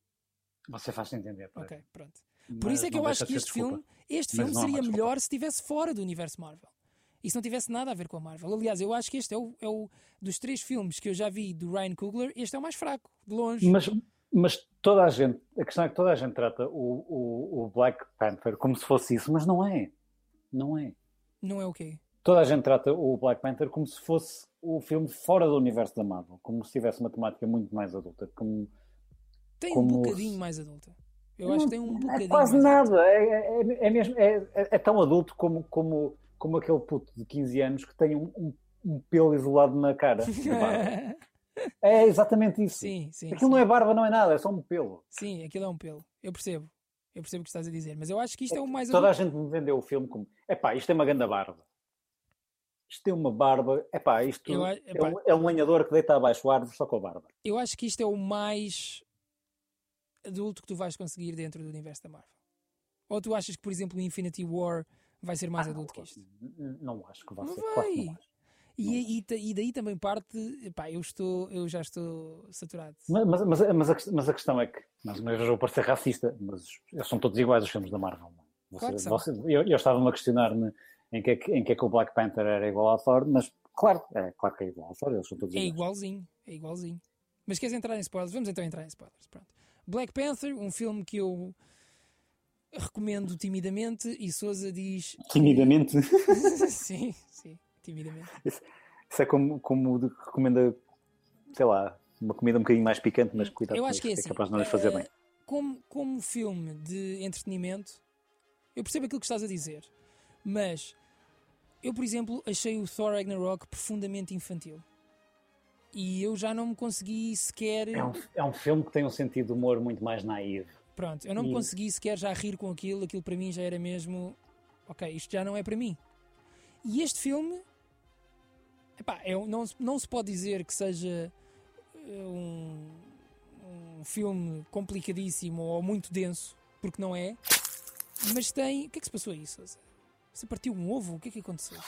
Você faz-te entender. Pereira. Ok, pronto. Por isso é Mas que eu não acho deixa que de ser este desculpa. filme, este Mas filme não há seria desculpa. melhor se estivesse fora do universo Marvel. E se não tivesse nada a ver com a Marvel. Aliás, eu acho que este é o, é o- dos três filmes que eu já vi do Ryan Coogler, este é o mais fraco, de longe. Mas, mas toda a gente, a questão é que toda a gente trata o, o, o Black Panther como se fosse isso, mas não é. Não é. Não é o quê? Toda a gente trata o Black Panther como se fosse o filme fora do universo da Marvel, como se tivesse uma temática muito mais adulta. Como... Tem um Como o- bocadinho mais adulta. Eu acho que tem um bocadinho é quase mais adulta. nada. É, é, é mesmo, é, é- é tão adulto como, como, como aquele puto de 15 anos que tem um, um, um pelo isolado na cara. de barba. é exatamente isso. sim, sim. Aquilo não é barba, não é nada, é só um pelo. Sim, aquilo é um pelo. Eu percebo. Eu percebo o que estás a dizer. Mas eu acho que isto é o mais Toda a adulto. gente me vendeu o filme como: epá, isto é uma grande barba. Isto tem uma barba, epá, isto Eu a- é, um, é um lenhador que deita abaixo a árvore só com a barba. Eu acho que isto é o mais adulto que tu vais conseguir dentro do universo da Marvel. Ou tu achas que, por exemplo, o Infinity War vai ser mais Ah, não, adulto que claro isto? que n- Não acho que vá Não ser. claro que vai. não acho. Não. E, e ta- e daí também parte, pá, eu estou, eu já estou saturado. Mas, mas, mas, mas a, quest- mas a questão é que, mais uma vez, eu vou parecer racista, mas eles são todos iguais os filmes da Marvel. não é? Você- Claro que são. você- eu eu estava-me a questionar-me em que, é que, em que é que o Black Panther era igual ao Thor, mas claro, é, claro que é igual ao Thor, eles são todos É iguais. igualzinho, é igualzinho. Mas queres entrar em spoilers? Vamos então entrar em spoilers. Pronto. Black Panther, um filme que eu recomendo timidamente e Souza diz Timidamente, sim, sim, timidamente. isso é como, como o de que recomenda, sei lá, uma comida um bocadinho mais picante, mas cuidado, Eu com acho isso, que é assim, capaz de não lhes fazer eh, bem. Como, como filme de entretenimento, eu percebo aquilo que estás a dizer, mas eu, por exemplo, achei o Thor Ragnarok profundamente infantil. E eu já não me consegui sequer. É um, é um filme que tem um sentido de humor muito mais naivo. Pronto, eu não me E- consegui sequer já rir com aquilo, aquilo para mim já era mesmo. Ok, isto já não é para mim. E este filme. Epá, é um- não, se- não se pode dizer que seja eh, um, um filme complicadíssimo ou muito denso, porque não é. Mas tem. O que é que se passou aí, Sousa? Você partiu um ovo? O que é que aconteceu?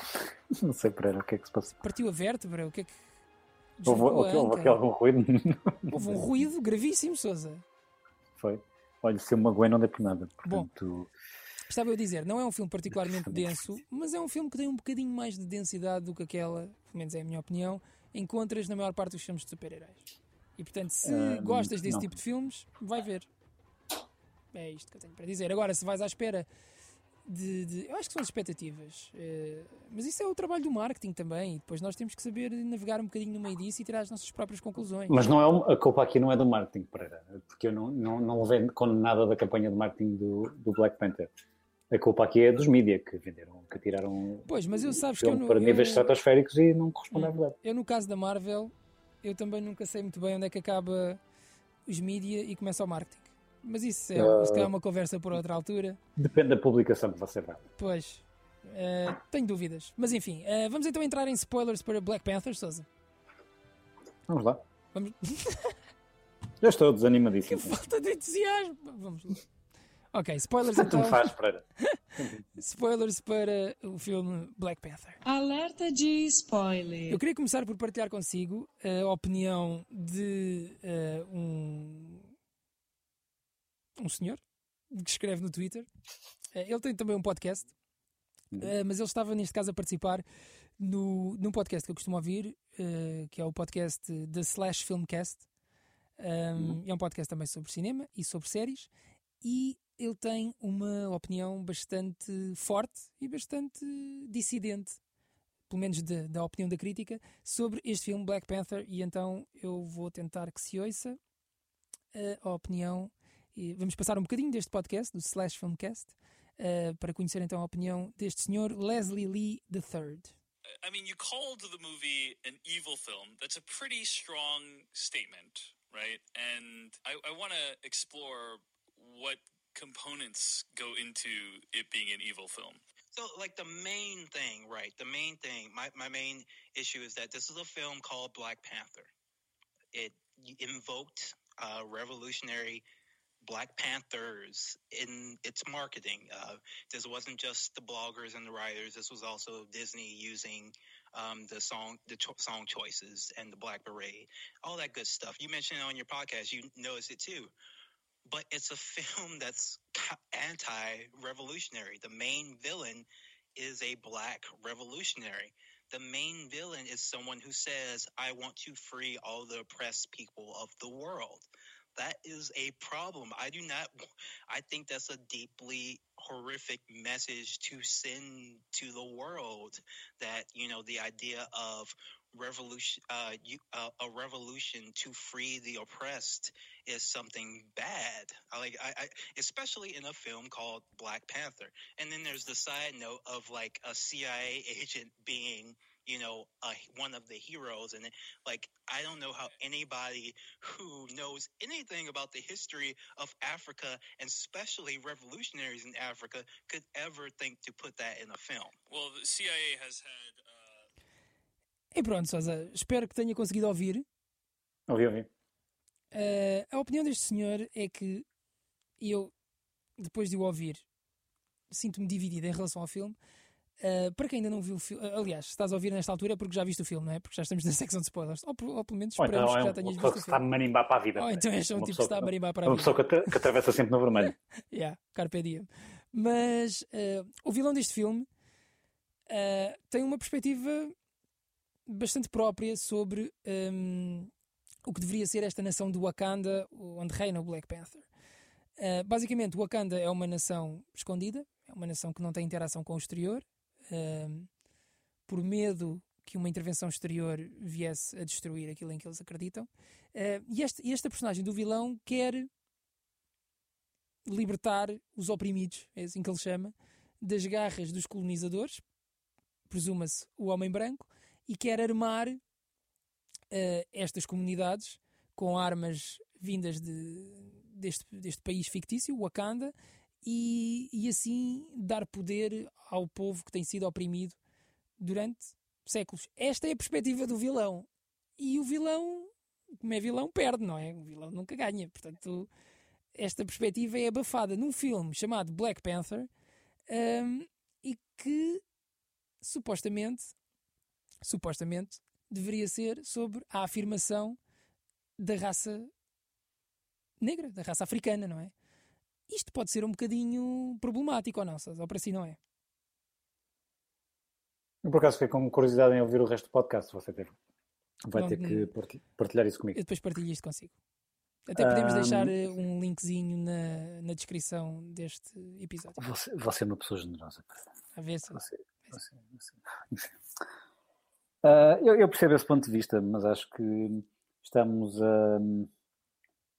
Não sei, Pereira, o que é que se passa. Partiu a vértebra? O que é que. Houve, Deslocou a houve- houve anca? aqui algum ruído? Houve um ruído gravíssimo, Sousa. Foi. Olha, é se eu me magoei, não dei por nada. Bom. Portanto, Estava eu a dizer, não é um filme particularmente denso, mas é um filme que tem um bocadinho mais de densidade do que aquela, pelo menos é a minha opinião, encontras na maior parte dos filmes de super-heróis. E portanto, se Ah, gostas desse não. tipo de filmes, vai ver. É isto que eu tenho para dizer. Agora, se vais à espera de. de- eu acho que são as expectativas. eh, mas isso é o trabalho do marketing também. E depois nós temos que saber navegar um bocadinho no meio disso e tirar as nossas próprias conclusões. Mas não é um- a culpa aqui não é do marketing, Pereira, porque eu não, não, não levei com nada da campanha de marketing do, do Black Panther. A culpa aqui é dos mídia que venderam, que tiraram Pois, mas eu sabes que eu filme não. é um para níveis eu- estratosféricos e não corresponde à Hum. verdade. Eu, no caso da Marvel, eu também nunca sei muito bem onde é que acaba os mídia e começa o marketing. Mas isso é, Ah. se calhar é uma conversa por outra altura. Depende da publicação que você vai. Pois, eh, tenho dúvidas. Mas enfim, eh, vamos então entrar em spoilers para Black Panther, Sousa. Vamos lá. Vamos- Já estou Que desanimadíssimo. falta de entusiasmo! Vamos lá. Ok, spoilers Tu então. me faz, Pereira. Spoilers para o filme Black Panther. Alerta de spoiler. Eu queria começar por partilhar consigo a opinião de eh, um, um senhor que escreve no Twitter. Eh, ele tem também um podcast, eh, mas ele estava neste caso a participar no, num podcast que eu costumo ouvir, eh, que é o podcast da Slash Filmcast. Um, É um podcast também sobre cinema e sobre séries. E ele tem uma opinião bastante forte e bastante dissidente pelo menos da- da opinião da crítica, sobre este filme Black Panther. E então eu vou tentar que se ouça eh, a opinião. E vamos passar um bocadinho deste podcast, do Slash Filmcast, eh, para conhecer então a opinião deste senhor Leslie Lee III. I mean, you called the movie an evil film. That's a pretty strong statement, right? And I, I want to explore what components go into it being an evil film? So, like the main thing, right? The main thing, my, my main issue is that this is a film called Black Panther. It invoked uh, revolutionary Black Panthers in its marketing. Uh, this wasn't just the bloggers and the writers. This was also Disney using um, the song, the cho- song choices, and the Black Parade, all that good stuff. You mentioned it on your podcast. You noticed it too but it's a film that's anti-revolutionary. The main villain is a black revolutionary. The main villain is someone who says, "I want to free all the oppressed people of the world." That is a problem. I do not. I think that's a deeply horrific message to send to the world. That you know the idea of revolution, uh, you, uh, a revolution to free the oppressed is something bad. I like, I, I, especially in a film called Black Panther. And then there's the side note of like a CIA agent being, you know, a, one of the heroes. And like, I don't know how anybody who knows anything about the history of Africa and especially revolutionaries in Africa could ever think to put that in a film. Well, the CIA has had. Uh, E pronto, Sousa, espero que tenha conseguido ouvir. Ouvi, ouvi. Eh, a opinião deste senhor é que eu, depois de o ouvir, sinto-me dividido em relação ao filme. Eh, para quem ainda não viu o filme, aliás, se estás a ouvir nesta altura é porque já viste o filme, não é? Porque já estamos na secção de spoilers. Ou, por- ou pelo menos Ou esperamos que então é um, já uma tenhas pessoa visto que o está a filme. marimbar para a vida. Ou então és um Uma tipo que pessoa está a que- marimbar para a Uma vida. pessoa que, atra- que atravessa sempre no vermelho. Yeah, Carpe Diem. Mas eh, o vilão deste filme eh, tem uma perspectiva bastante própria sobre ehm, o que deveria ser esta nação do Wakanda, onde reina o Black Panther. Eh, basicamente, o Wakanda é uma nação escondida, é uma nação que não tem interação com o exterior, ehm, por medo que uma intervenção exterior viesse a destruir aquilo em que eles acreditam. Eh, e este- e esta personagem do vilão quer libertar os oprimidos, é assim que ele chama, das garras dos colonizadores, presuma-se o homem branco, e quer armar eh, estas comunidades com armas vindas de- deste, deste país fictício, Wakanda, e, e assim dar poder ao povo que tem sido oprimido durante séculos. Esta é a perspectiva do vilão. E o vilão, como é vilão, perde, não é? O vilão nunca ganha. Portanto, esta perspectiva é abafada num filme chamado Black Panther hum, e que supostamente supostamente deveria ser sobre a afirmação da raça negra, da raça africana, não é? Isto pode ser um bocadinho problemático ou não, ou para si não é? Eu, por acaso, fiquei com curiosidade em ouvir o resto do podcast. Você teve. Vai Não, ter que parti- partilhar isso comigo. Eu depois partilho isto consigo. Até podemos Hum. deixar eh, um linkzinho na, na descrição deste episódio. Você, você é uma pessoa generosa. A ver se... Você, você, você. Ah, eu, eu percebo esse ponto de vista, mas acho que estamos a,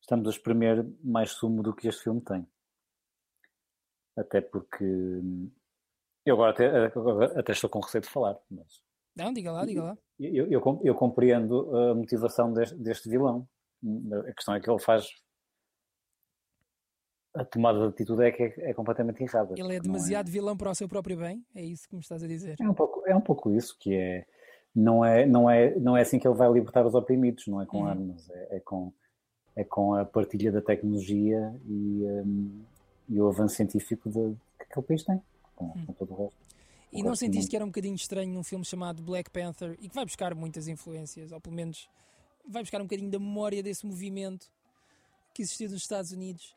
estamos a espremer mais sumo do que este filme tem. Até porque hum, eu agora até, agora até estou com receio de falar, mas Não, diga lá, diga lá. eu, eu, com- eu compreendo a motivação des- deste vilão. A questão é que ele faz. A tomada de atitude é que é, é completamente errada. porque não Ele é demasiado vilão para o seu próprio bem, é isso que me estás a dizer. É um pouco, é um pouco isso que é. Não é, não é, não é assim que ele vai libertar os oprimidos, não é com Uhum. armas, é, é com, é com a partilha da tecnologia e, hum, e o avanço científico de, que aquele país tem, com, Uhum. com todo o resto. E não sentiste que era um bocadinho estranho num filme chamado Black Panther e que vai buscar muitas influências, ou pelo menos vai buscar um bocadinho da memória desse movimento que existiu nos Estados Unidos,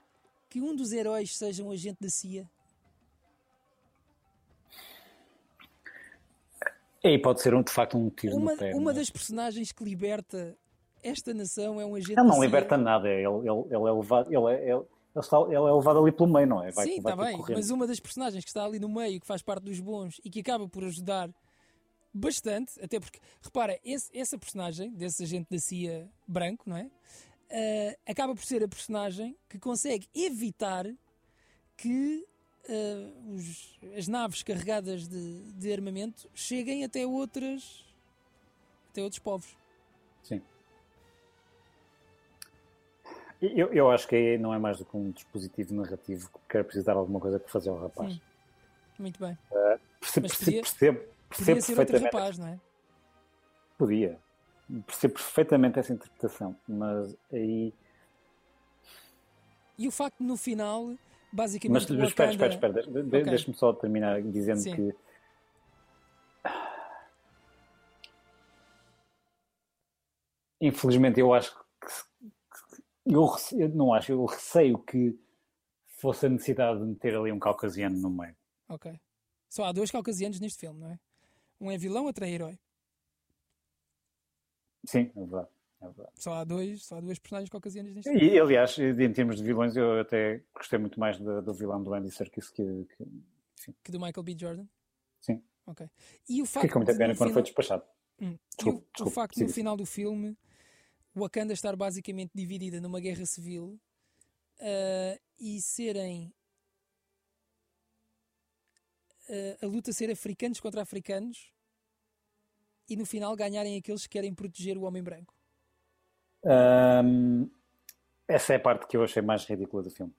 que um dos heróis seja um agente da CIA? E aí pode ser um, de facto um tiro Uma, no pé. uma mas das personagens que liberta esta nação é um agente Ele da não CIA. liberta nada, ele, ele, ele é levado, ele, é- ele, ele, está- ele é levado ali pelo meio, não é? Vai, Sim, vai está bem, correndo. mas uma das personagens que está ali no meio, que faz parte dos bons e que acaba por ajudar bastante, até porque, repara, esse- essa personagem, desse agente da CIA branco, não é? Ah, acaba por ser a personagem que consegue evitar que ah, os- as naves carregadas de, de armamento cheguem até outras até outros povos. Sim. Eu, eu acho que aí não é mais do que um dispositivo narrativo que quer precisar de alguma coisa para fazer ao rapaz. Sim. Muito bem. Percebo, Mas percebo, podia- percebo, Podia percebo ser outro perfeitamente. rapaz, não é? Podia. Percebo perfeitamente essa interpretação, mas aí. E o facto de no final, Mas, basicamente, o mas espera, Wakanda- espera, espera. De- de- Ok. Deixa-me só terminar dizendo Sim. que. Infelizmente, eu acho que. se- que- Eu, rece- eu não acho, eu receio que fosse a necessidade de meter ali um caucasiano no meio. Ok. Só há dois caucasianos neste filme, não é? Um é vilão, outro é herói. Sim, é verdade. É verdade. Só há dois, só há dois personagens caucasianos neste filme. E, aliás, em termos de vilões, eu até gostei muito mais do, do vilão do Andy Serkis que, que, Que do Michael B. Jordan. Sim. Ok. E o facto Fica muito a de pena no quando foi final- despachado. Hum. E Desculpe, o- o desculpe, facto siga, no siga. final do filme Wakanda estar basicamente dividida numa guerra civil ah, e serem ah, a luta ser africanos contra africanos e no final ganharem aqueles que querem proteger o homem branco. Ahm, essa é a parte que eu achei mais ridícula do filme.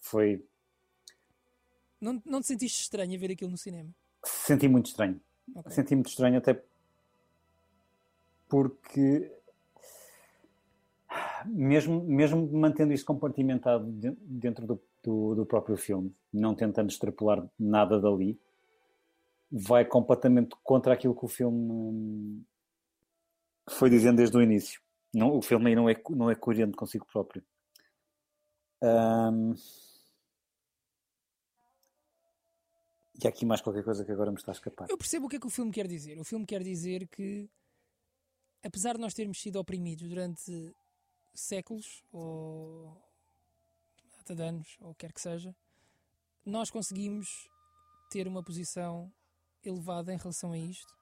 Foi. Não, não te sentiste estranho a ver aquilo no cinema? Senti muito estranho. Ok. Senti muito estranho, até porque. Mesmo, mesmo mantendo isso compartimentado de- dentro do, do, do próprio filme, não tentando extrapolar nada dali, vai completamente contra aquilo que o filme hum, foi dizendo desde o início. Não, o filme aí não é, co- não é coerente consigo próprio. Hum, Ahm. E há aqui mais qualquer coisa que agora me está a escapar. Eu percebo o que é que o filme quer dizer. O filme quer dizer que, apesar de nós termos sido oprimidos durante séculos ou até de anos, ou quer que seja, nós conseguimos ter uma posição elevada em relação a isto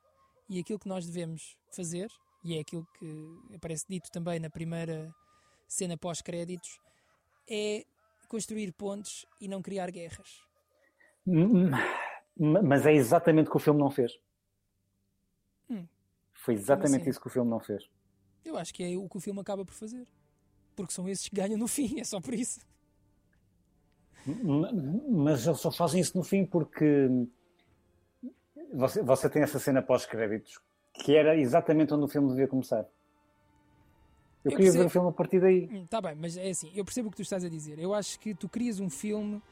e aquilo que nós devemos fazer, e é aquilo que aparece dito também na primeira cena pós-créditos, é construir pontes e não criar guerras. M- m- Hum, Mas é exatamente o que o filme não fez. Hum. Foi exatamente assim? isso que o filme não fez. Eu acho que é o que o filme acaba por fazer. Porque são esses que ganham no fim, é só por isso. M- m- Hum, Mas eles só fazem isso no fim porque você, você tem essa cena pós-créditos que era exatamente onde o filme devia começar. Eu Eu, queria percebo. ver o filme a partir daí. Hum, Tá bem, mas é assim, eu percebo o que tu estás a dizer. Eu acho que tu querias um filme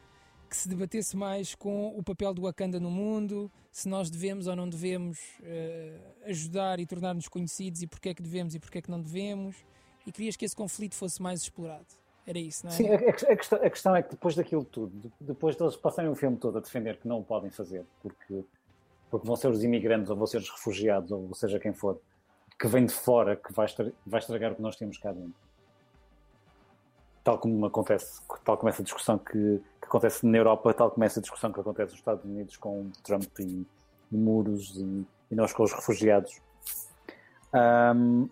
que se debatesse mais com o papel do Wakanda no mundo, se nós devemos ou não devemos eh, ajudar e tornar-nos conhecidos e porque é que devemos e porque é que não devemos. E querias que esse conflito fosse mais explorado. Era isso, não é? Sim, a, a- a questão, a questão é que depois daquilo tudo, de- depois deles passarem o filme todo a defender que não o podem fazer, porque, porque vão ser os imigrantes ou vão ser os refugiados ou seja quem for, que vem de fora que vai, estra- vai estragar o que nós temos cá dentro. Tal como acontece, tal como essa discussão que, que acontece na Europa, tal como essa discussão que acontece nos Estados Unidos com Trump e, e muros e, e nós com os refugiados. Ahm,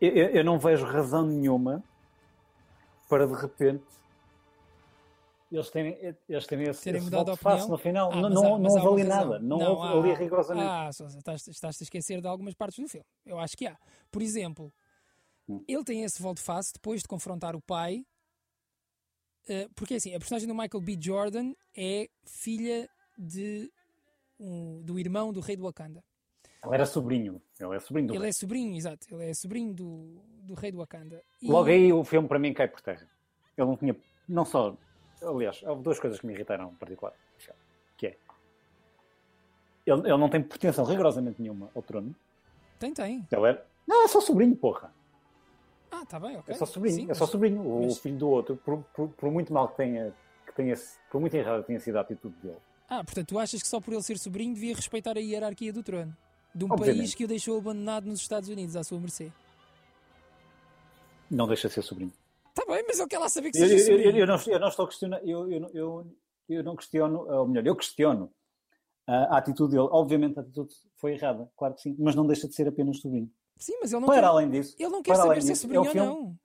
eu- eu- eu não vejo razão nenhuma para de repente eles terem, eles terem esse, Terem esse mudado voto a de opinião? face no final. Ah, não mas não, há- não mas há houve ali uma razão. nada, não, houve há- ali rigorosamente. Ah, Sousa, estás, estás a esquecer de algumas partes do filme. Eu acho que há. Por exemplo, Hum. ele tem esse volte face depois de confrontar o pai. eh, porque assim, a personagem do Michael B. Jordan é filha de um- do irmão do rei do Wakanda. Ele era sobrinho, ele é sobrinho do ele rei. é sobrinho, exato. Ele é sobrinho do, do rei do Wakanda. E- Logo aí o filme para mim cai por terra. Ele não tinha. Não só. Aliás, houve duas coisas que me irritaram em particular. Que é. Ele, ele não tem pretensão rigorosamente nenhuma ao trono. Tem, tem. Ele era. Não, é só sobrinho, porra. Ah, tá bem, ok. É só sobrinho. Sim, é só mas- sobrinho. O mas- filho do outro, por, por- por muito mal que tenha. Que tenha por muito errado tenha sido a atitude dele. Ah, portanto, tu achas que só por ele ser sobrinho devia respeitar a hierarquia do trono? De um Obviamente. país que o deixou abandonado nos Estados Unidos à sua mercê. Não deixa de ser sobrinho. Tá bem, mas eu quero lá saber que Eu, seja eu- sobrinho. eu- eu não, eu não estou questionando, eu, eu, eu, eu não questiono, ou melhor, eu questiono ah, a, a atitude dele. Obviamente a atitude foi errada, claro que sim, mas não deixa de ser apenas sobrinho. Sim, mas ele não para quer, além disso, ele não quer para saber além se é disso, é sobrinho o ou filme- não.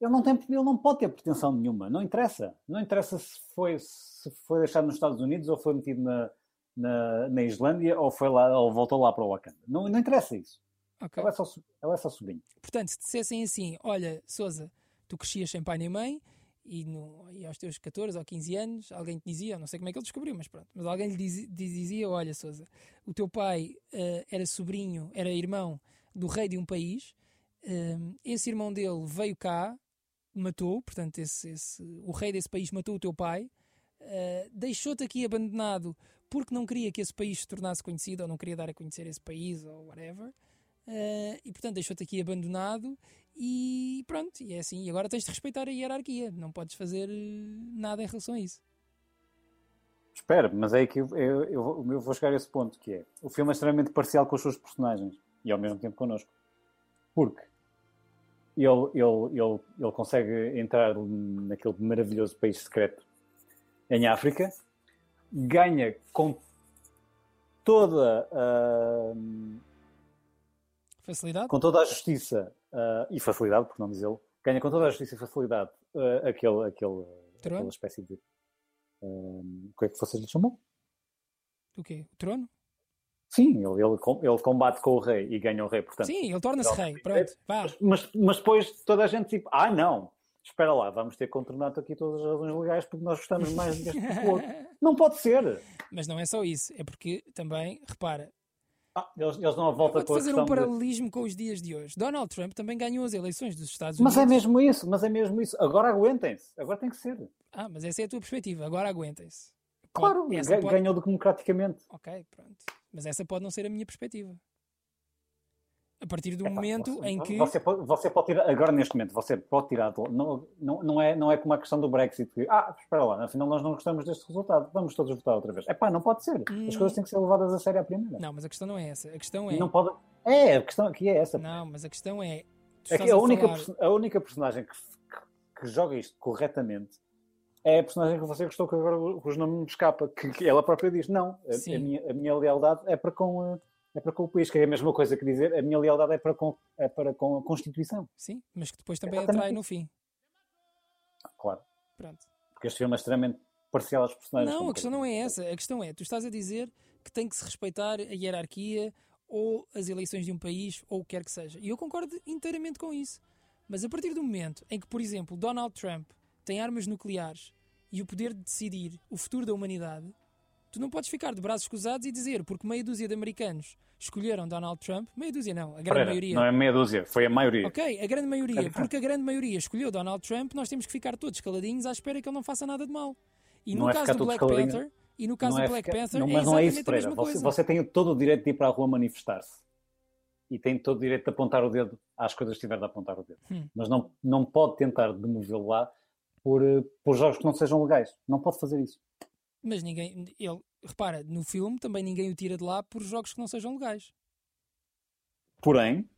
ele não, tem, ele não pode ter pretensão nenhuma, não interessa. Não interessa se foi, se foi deixado nos Estados Unidos ou foi metido na, na, na Islândia ou foi lá ou voltou lá para o Wakanda. Não, não interessa isso. Ok. Ela é só, so- ela é só sobrinho. Portanto, se dissessem assim, olha, Sousa, tu crescias sem pai nem mãe e, no- e aos teus 14 ou 15 anos alguém te dizia, eu não sei como é que ele descobriu, mas pronto, mas alguém lhe dizi- diz- dizia, olha, Sousa, o teu pai eh, era sobrinho, era irmão do rei de um país, eh, esse irmão dele veio cá, matou, portanto, esse, esse- o rei desse país matou o teu pai, eh, deixou-te aqui abandonado porque não queria que esse país se tornasse conhecido ou não queria dar a conhecer esse país ou whatever. Eh, e portanto deixou-te aqui abandonado e pronto, e é assim. E agora tens de respeitar a hierarquia, não podes fazer eh, nada em relação a isso. Espera, mas é que eu, eu, eu vou- eu vou chegar a esse ponto, que é o filme é extremamente parcial com os seus personagens e ao mesmo tempo connosco. Porque ele, ele, ele, ele consegue entrar naquele maravilhoso país secreto em África, ganha com toda a. Facilidade? com toda a justiça ah, e facilidade, por não dizê-lo, ganha com toda a justiça e facilidade ah, aquele, aquele, Trono? aquela espécie de. ahm, o que é que vocês lhe chamam? O quê? O trono? Sim, ele, ele, com- ele combate com o rei e ganha o rei, portanto. Sim, ele torna-se não, rei. não, Pronto, vá. Mas, mas depois toda a gente tipo, ah não, espera lá, vamos ter contornado aqui todas as razões legais porque nós gostamos mais deste que do outro. Não pode ser! Mas não é só isso, é porque também, repara, Ah, eles, eles dão a volta pode com a fazer questão um de- paralelismo com os dias de hoje. Donald Trump também ganhou as eleições dos Estados Unidos. Mas é mesmo isso, mas é mesmo isso. Agora aguentem-se, agora tem que ser. Ah, mas essa é a tua perspectiva, agora aguentem-se. Pode- Claro, essa ga- pode- ganhou democraticamente. Ok, pronto. Mas essa pode não ser a minha perspectiva. A partir do Epá, momento você- em que. então? Você pode, você pode tirar, agora neste momento, você pode tirar. do- Não, não, não, é, não é como a questão do Brexit. que, ah, espera lá, afinal nós não gostamos deste resultado, vamos todos votar outra vez. É pá, não pode ser. As Hum. coisas têm que ser levadas a sério à primeira. Não, mas a questão não é essa. A questão é. E não pode. É, a questão aqui é essa. Não, mas a questão é. tu é que estás a única, falar- perso- a única personagem que, que- que joga isto corretamente é a personagem que você gostou, que agora os nomes me escapa, que, que ela própria diz: não, a- a, Sim. minha, a minha lealdade é para com. a- é para com o país, que é a mesma coisa que dizer a minha lealdade é para com, é para com a Constituição, Sim, mas que depois também Exatamente atrai isso. no fim. claro. Pronto. porque este filme é extremamente parcial aos personagens. Não, como a questão não coisa. é essa. A questão é, tu estás a dizer que tem que se respeitar a hierarquia ou as eleições de um país ou o que quer que seja. E eu concordo inteiramente com isso. Mas a partir do momento em que, por exemplo, Donald Trump tem armas nucleares e o poder de decidir o futuro da humanidade, tu não podes ficar de braços cruzados e dizer porque meia dúzia de americanos escolheram Donald Trump, meia dúzia não, a grande Pereira, maioria. Não é meia dúzia, foi a maioria. Ok, a grande maioria, porque a grande maioria escolheu Donald Trump, nós temos que ficar todos caladinhos à espera que ele não faça nada de mal. E Não no é caso ficar do todos Black caladinhos. Panther, e no caso Não do é Black ficar- Panther, não, é mas não é isso, exatamente a Pereira. mesma Você, coisa. você tem todo o direito de ir para a rua manifestar-se e tem todo o direito de apontar o dedo às coisas que tiver de apontar o dedo. Hum. Mas não, não pode tentar demovê-lo lá por, eh, por jogos que não sejam legais. Não pode fazer isso. Mas ninguém, ele, repara, no filme também ninguém o tira de lá por jogos que não sejam legais. Porém,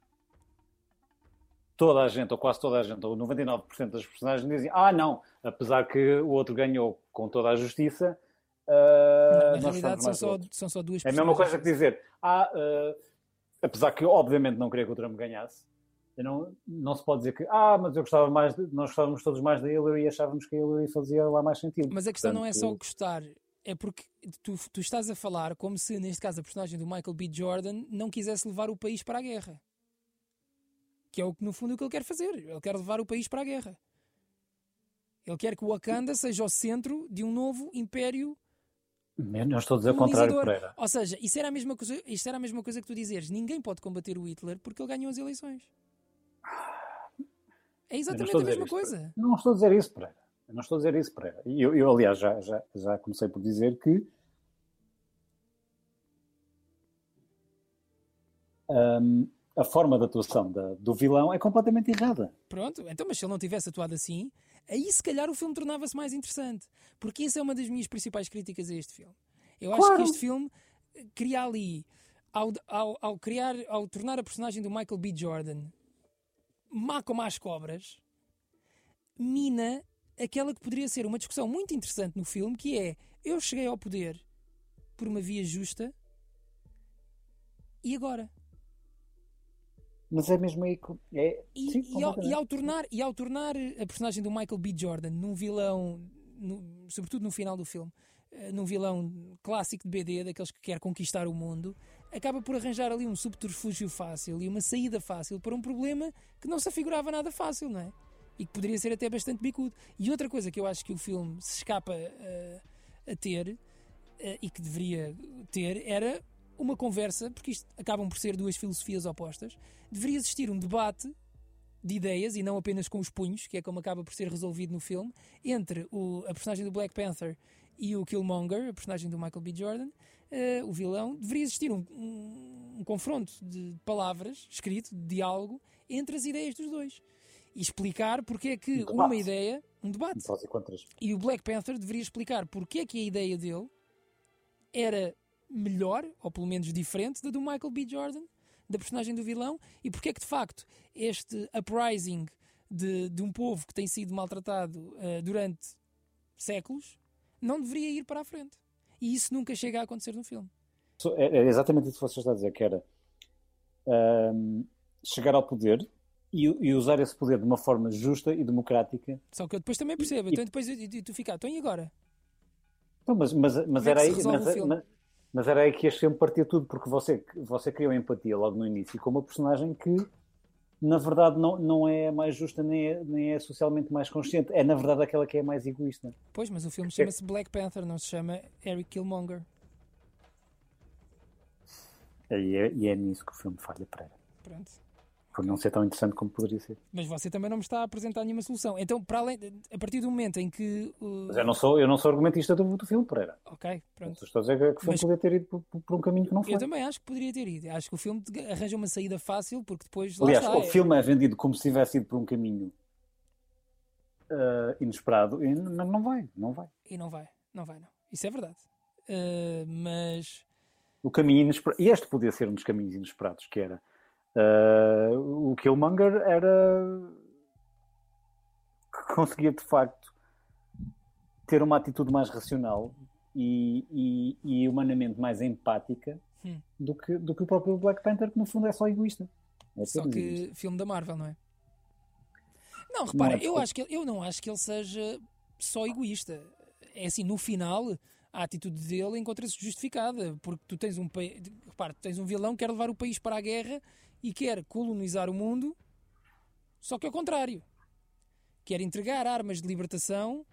toda a gente, ou quase toda a gente, ou 99% das personagens dizem: Ah, não, apesar que o outro ganhou com toda a justiça. ah, Na nós realidade gostamos são mais do só, outro." são só duas É a mesma personagens. coisa que dizer, ah, eh, apesar que eu, obviamente não queria que o Trump ganhasse, eu não, não se pode dizer que, ah, mas eu gostava mais, de, nós gostávamos todos mais da Hillary e achávamos que a Hillary fazia lá mais sentido. Mas a questão não é só Portanto, gostar, é porque tu, tu estás a falar como se, neste caso, a personagem do Michael B. Jordan não quisesse levar o país para a guerra. Que é o que, no fundo, o que ele quer fazer. Ele quer levar o país para a guerra. Ele quer que o Wakanda seja o centro de um novo império Eu não estou a dizer o contrário, colonizador. Pereira. Ou seja, isso era, a mesma coisa, isso era a mesma coisa que tu dizeres: ninguém pode combater o Hitler porque ele ganhou as eleições. É exatamente estou a a dizer mesma isto. coisa. Eu não estou a dizer isso, Pereira. Eu não estou a dizer isso, Pereira. E eu, eu, aliás, já, já, já comecei por dizer que. hum, a forma de atuação da- do vilão é completamente errada. Pronto, então, mas se ele não tivesse atuado assim, aí se calhar o filme tornava-se mais interessante. Porque isso é uma das minhas principais críticas a este filme. Eu acho que Claro. este filme eh, cria ali, ao, ao, ao criar, ao tornar a personagem do Michael B. Jordan má como as cobras, mina aquela que poderia ser uma discussão muito interessante no filme, que é eu cheguei ao poder por uma via justa e agora? Mas é mesmo aí que. É, E, sim, e ao, e completamente. ao tornar, e ao tornar eh, a personagem do Michael B. Jordan num vilão, no- sobretudo no final do filme, eh, num vilão clássico de BD, daqueles que quer conquistar o mundo, acaba por arranjar ali um subterfúgio fácil e uma saída fácil para um problema que não se afigurava nada fácil, não é? E que poderia ser até bastante bicudo. E outra coisa que eu acho que o filme se escapa eh, a ter eh, e que deveria ter era uma conversa, porque isto acabam por ser duas filosofias opostas. Deveria existir um debate de ideias e não apenas com os punhos, que é como acaba por ser resolvido no filme, entre o, a personagem do Black Panther e o Killmonger, a personagem do Michael B. Jordan, eh, o vilão, deveria existir um, um- um confronto de palavras, escrito, de diálogo, entre as ideias dos dois. E explicar porque é que Um debate. uma ideia, um debate, Prós e contras. e o Black Panther deveria explicar porque é que a ideia dele era melhor, ou pelo menos diferente, da do Michael B. Jordan, da personagem do vilão, e porque é que de facto este uprising de, de um povo que tem sido maltratado eh, durante séculos não deveria ir para a frente. E isso nunca chega a acontecer no filme. So- É, é exatamente isso que você está a dizer, que era ahm, chegar ao poder e, e usar esse poder de uma forma justa e democrática. Só que eu depois também percebo, então depois eu- e tu fica, então e agora? Então, mas, mas, mas Como é que era se aí, resolve mas, o filme? mas- mas era aí que ias sempre partir tudo, porque você, você criou empatia logo no início com uma personagem que, na verdade, não, não é a mais justa nem é, nem é socialmente mais consciente. É, na verdade, aquela que é mais egoísta. Pois, mas o filme chama-se Black Panther, não se chama Eric Killmonger. E é, e é nisso que o filme falha, Pereira. Pronto. Por não ser tão interessante como poderia ser. Mas você também não me está a apresentar nenhuma solução. Então, para além, a partir do momento em que. uh, Mas eu não sou, eu não sou argumentista do, do filme, Pereira. Ok, pronto. Estou a dizer que o filme Mas- podia ter ido por, por- por um caminho que não foi. Eu também acho que poderia ter ido. Acho que o filme te- arranja uma saída fácil, porque depois. Lá Aliás, está, o é- filme é vendido como se tivesse ido por um caminho ah, inesperado, e não, não vai, não vai. E não vai, não vai, não. Isso é verdade. Uh, mas. O caminho inesperado. E este podia ser um dos caminhos inesperados, que era ah, o Killmonger era que conseguia de facto ter uma atitude mais racional e, e- e humanamente mais empática Hum. do, que, do que o próprio Black Panther, que no fundo é só egoísta. É Só apenas egoísta. que filme da Marvel, não é? Não, repara, Não é eu, porque- acho que, ele- eu não acho que ele seja só egoísta. É assim, no final, a atitude dele encontra-se justificada, porque tu tens um país. Repara, tu tens um vilão que quer levar o país para a guerra e quer colonizar o mundo, só que ao contrário. Quer entregar armas de libertação